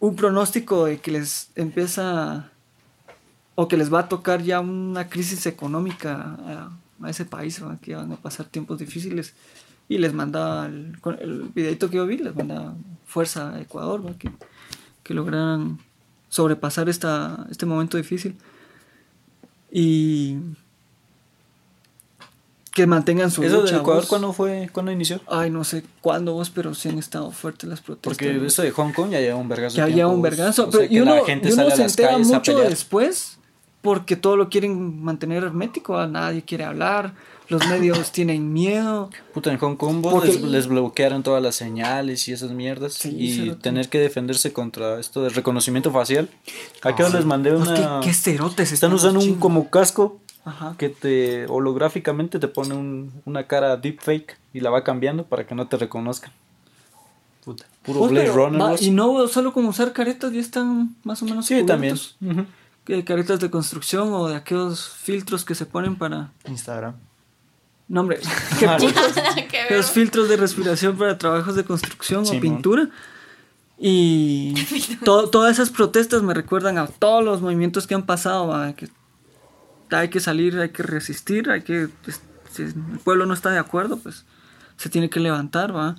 un pronóstico de que les empieza o que les va a tocar ya una crisis económica a, a ese país, va, que van a pasar tiempos difíciles. Y les manda el, con el videito que yo vi, les manda fuerza a Ecuador, va, que, que lograran sobrepasar esta, este momento difícil y que mantengan su ¿Eso de lucha, Ecuador vos. cuándo fue? ¿Cuándo inició? Ay, no sé cuándo vos, pero sí han estado fuertes las protestas. Porque eso de Hong Kong ya lleva un vergazo. Este, de ya había tiempo, un vos. vergazo. O sea, pero que y uno, la gente y uno sale a se las entera calles a mucho pelear. después porque todo lo quieren mantener hermético. A nadie quiere hablar. Los medios tienen miedo. Puta, en Hong Kong vos Porque- les, les bloquearon todas las señales y esas mierdas. Sí, y cerote. tener que defenderse contra esto de reconocimiento facial. Acá les mandé Los una. que, Pues, qué cerotes Están usando los un chinos. como casco Ajá. que te holográficamente te pone un- una cara deepfake y la va cambiando para que no te reconozcan. Puta, puro Vos, Blade Pues, pero, Runner. va, vos. y no solo con usar caretas ya están más o menos sí, también. cubiertos. Ujú. Que caretas de construcción o de aquellos filtros que se ponen para Instagram. no hombre qué Ah, putas. Nada que ver. Los filtros de respiración para trabajos de construcción o Simón. pintura. Y to- todas esas protestas me recuerdan a todos los movimientos que han pasado. va, que hay que salir, hay que resistir, hay que... pues, si el pueblo no está de acuerdo, pues se tiene que levantar, va.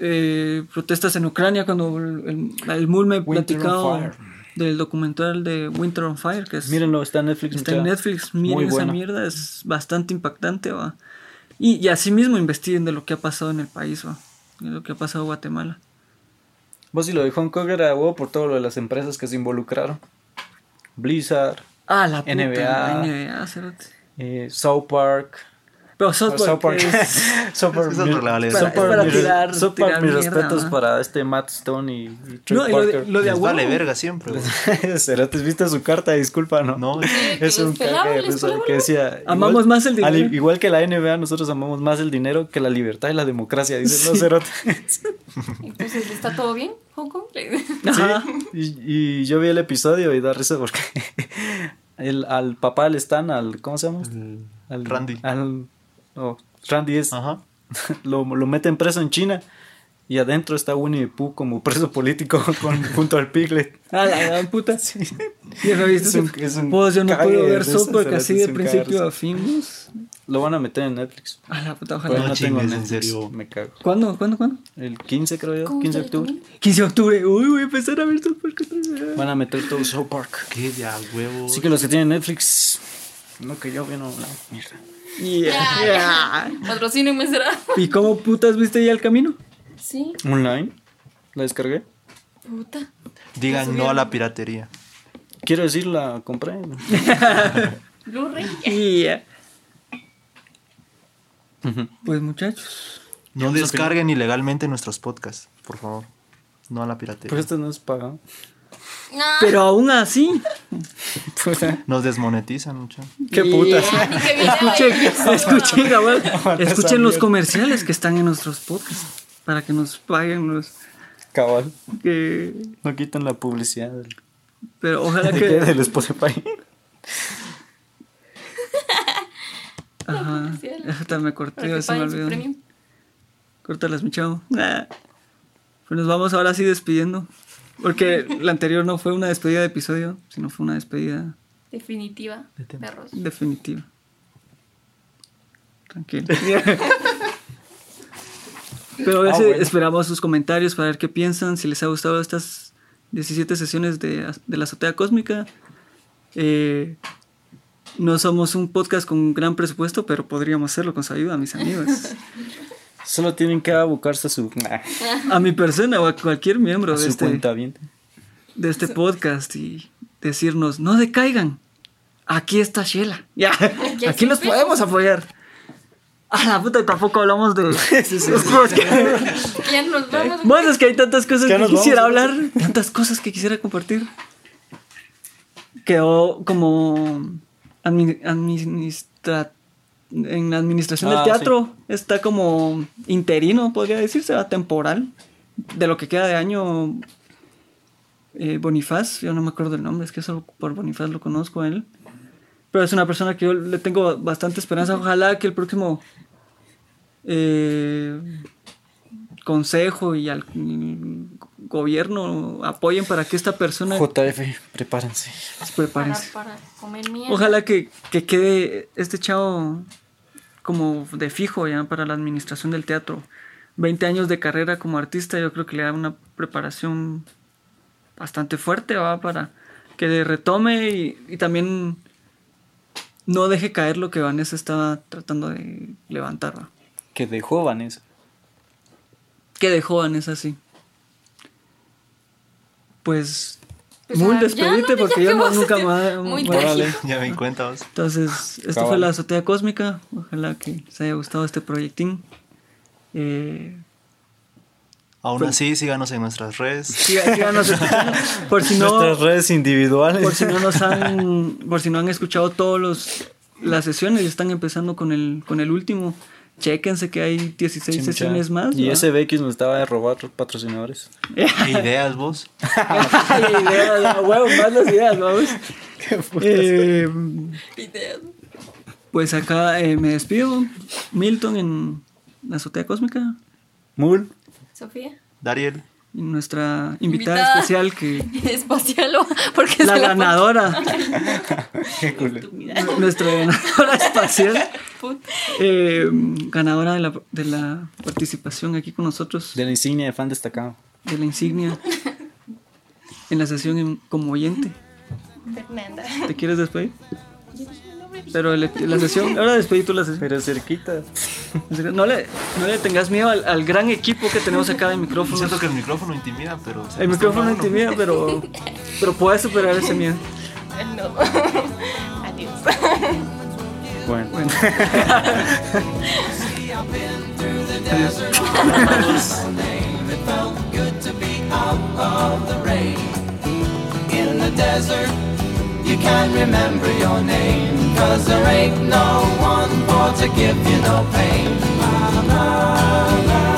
Eh, protestas en Ucrania cuando el, el, el Mul me Winter on platicado Fire. del documental de Winter on Fire, que es... Mírenlo, está en Netflix. Está en mucha- Netflix, miren Muy esa bueno. mierda, es bastante impactante, va. Y, y así mismo investiguen de lo que ha pasado en el país, va. De lo que ha pasado en Guatemala. Vos y lo de Hong Kong era huevo por todo lo de las empresas que se involucraron. Blizzard, Ah, la puta, NBA. la NBA, cerote. eh, South Park. Pero South South Park, Park. es- South Park, Es que es otro mi- level, es South para- es Park, para mi- tirar- South Park, tirar mis mierda, respetos ¿va? para este Matt Stone y, y Trey No, y lo de, lo de a Les vale huevo, verga siempre. güey. Parker. Cerotes, ¿viste su carta? Disculpa, ¿no? No, Es que un les pelaba, caga de les risa pelaba, que decía... Amamos igual- más el al- dinero. igual que la NBA, nosotros amamos más el dinero que la libertad y la democracia, dicen los cerotes. Entonces, ¿está todo bien, Hong Kong? Ajá. Sí, y, y yo vi el episodio y da risa porque el, al papá del Stan, al, ¿cómo se llama? Al, Randy. Al, no, Randy es, Ajá. lo, lo meten preso en China y adentro está Winnie the Pooh como preso político con, junto al Piglet. Ah, la gran puta. Y al revés, Es un- es un vos, "Pues yo no cague puedo de ver risa, South Park cerote, así es de un principio cagarse. a fin. vos. Lo van a meter en Netflix. A la puta, Pero ojalá. no, No tengo chingues, en Netflix. serio. Me cago. ¿Cuándo? ¿Cuándo? ¿Cuándo? El 15 creo yo, 15 de octubre. 15 de octubre. Uy, voy a empezar a ver South Park otra vez. Van a meter todo South Park. Qué de a huevo. Así que los que tienen Netflix, no que yo vi no, no, mierda. Yeah, yeah. Patrocínenme será. ¿Y cómo putas viste ya el camino? Sí, Online, la descargué. puta. Digan no a la piratería. Quiero decir, la compré. Blu-ray. Yeah. Ujú. Pues muchachos, No descarguen ilegalmente nuestros podcasts, por favor. No a la Pero piratería. esto "Este no es pagado. No, pero aún así, Puta, Nos desmonetizan, mucho. Qué Y- puta. ni que viene escuchen, a escuchen, abuelo, Aguanta esa escuchen los mierda. comerciales que están en nuestros podcasts para que nos paguen los Cabal. que No quitan la publicidad del, pero ojalá ¿De qué? que del Spotify. ajá, comercial. ya hasta me corté, Para ya que se me paguen su olvidó. premium. Córtalas, mi chavo. Ah. Pues nos vamos ahora sí despidiendo, porque la anterior no fue una despedida de episodio, sino fue una despedida Definitiva. Perros. definitiva. Tranquilo. Pero Ah, ese- bueno. esperamos sus comentarios para ver qué piensan, si les ha gustado estas 17 sesiones de, az- de la azotea cósmica. Eh, no somos un podcast con gran presupuesto, pero podríamos hacerlo con su ayuda, mis amigos. Solo tienen que abocarse a su, A mi persona o a cualquier miembro a de su este, cuenta bien. de este podcast y decirnos, no decaigan, aquí está Shela. Ya, Ya aquí los siempre. podemos apoyar. A la puta, tampoco hablamos de... los podcasts. Ya nos vamos. Bueno, es que hay tantas cosas Ya que nos vamos, quisiera ahora hablar, tantas cosas que quisiera compartir. quedó como admi- administra- en la administración Ah, del teatro. Está como interino, podría decirse, va temporal. De lo que queda de año eh, Bonifaz, yo no me acuerdo el nombre, es que solo por Bonifaz lo conozco a él. Pero es una persona que yo le tengo bastante esperanza. Ojalá que el próximo eh, consejo y al y gobierno apoyen para que esta persona JF, prepárense. Para, prepárense. para comer mierda. Ojalá que, que quede este chavo como de fijo ya para la administración del teatro. 20 años de carrera como artista, yo creo que le da una preparación bastante fuerte ¿va? para que le retome y, y también no deje caer lo que Vanessa estaba tratando de levantar. ¿va? Que dejó Vanessa. Que dejó Vanessa así. Pues, Pues, muy ah, ya, despedite no, ya porque que yo no- vos nunca estés más. muy bueno, trágico. Órale. Ya me cuenta vos. Entonces, esto Cabal. fue la azotea cósmica. Ojalá que les haya gustado este proyectín. Eh, Aún Pues- así, síganos en nuestras redes. siga- síganos escuchando. por si no, Nuestras redes individuales. por si no nos han, por si no han escuchado todos los las sesiones y están empezando con el con el último. Chéquense que hay 16 Sí, mucha- sesiones más. Y ¿va? SBX nos estaba de robar los patrocinadores. ¿Qué ideas vos? Ay, ideas, a huevo, más las ideas, vamos. Eh, Ideas. pues acá eh, me despido. Milton en la azotea cósmica. Mul. Sofía. Dariel. Y nuestra invitada, Invitada. especial que Espacial, ¿o? porque la se la ganadora. Qué culo. nuestra ganadora espacial, put- eh, ganadora de la, de la participación aquí con nosotros, De la insignia de fan destacado. de la insignia, en la sesión en- como oyente. Fernanda. ¿Te quieres despedir? Pero el- la sesión, ahora despedí tú la sesión. Pero cerquita. No le, no le tengas miedo al, al gran equipo que tenemos acá de micrófonos. Siento que el micrófono intimida, pero. se El micrófono acostumbra uno. intimida, pero, pero puedes superar ese miedo. No. Adiós. Bueno. Adiós. in the desert. You can't remember your name, cause there ain't no one for to give you no pain. La, la, la.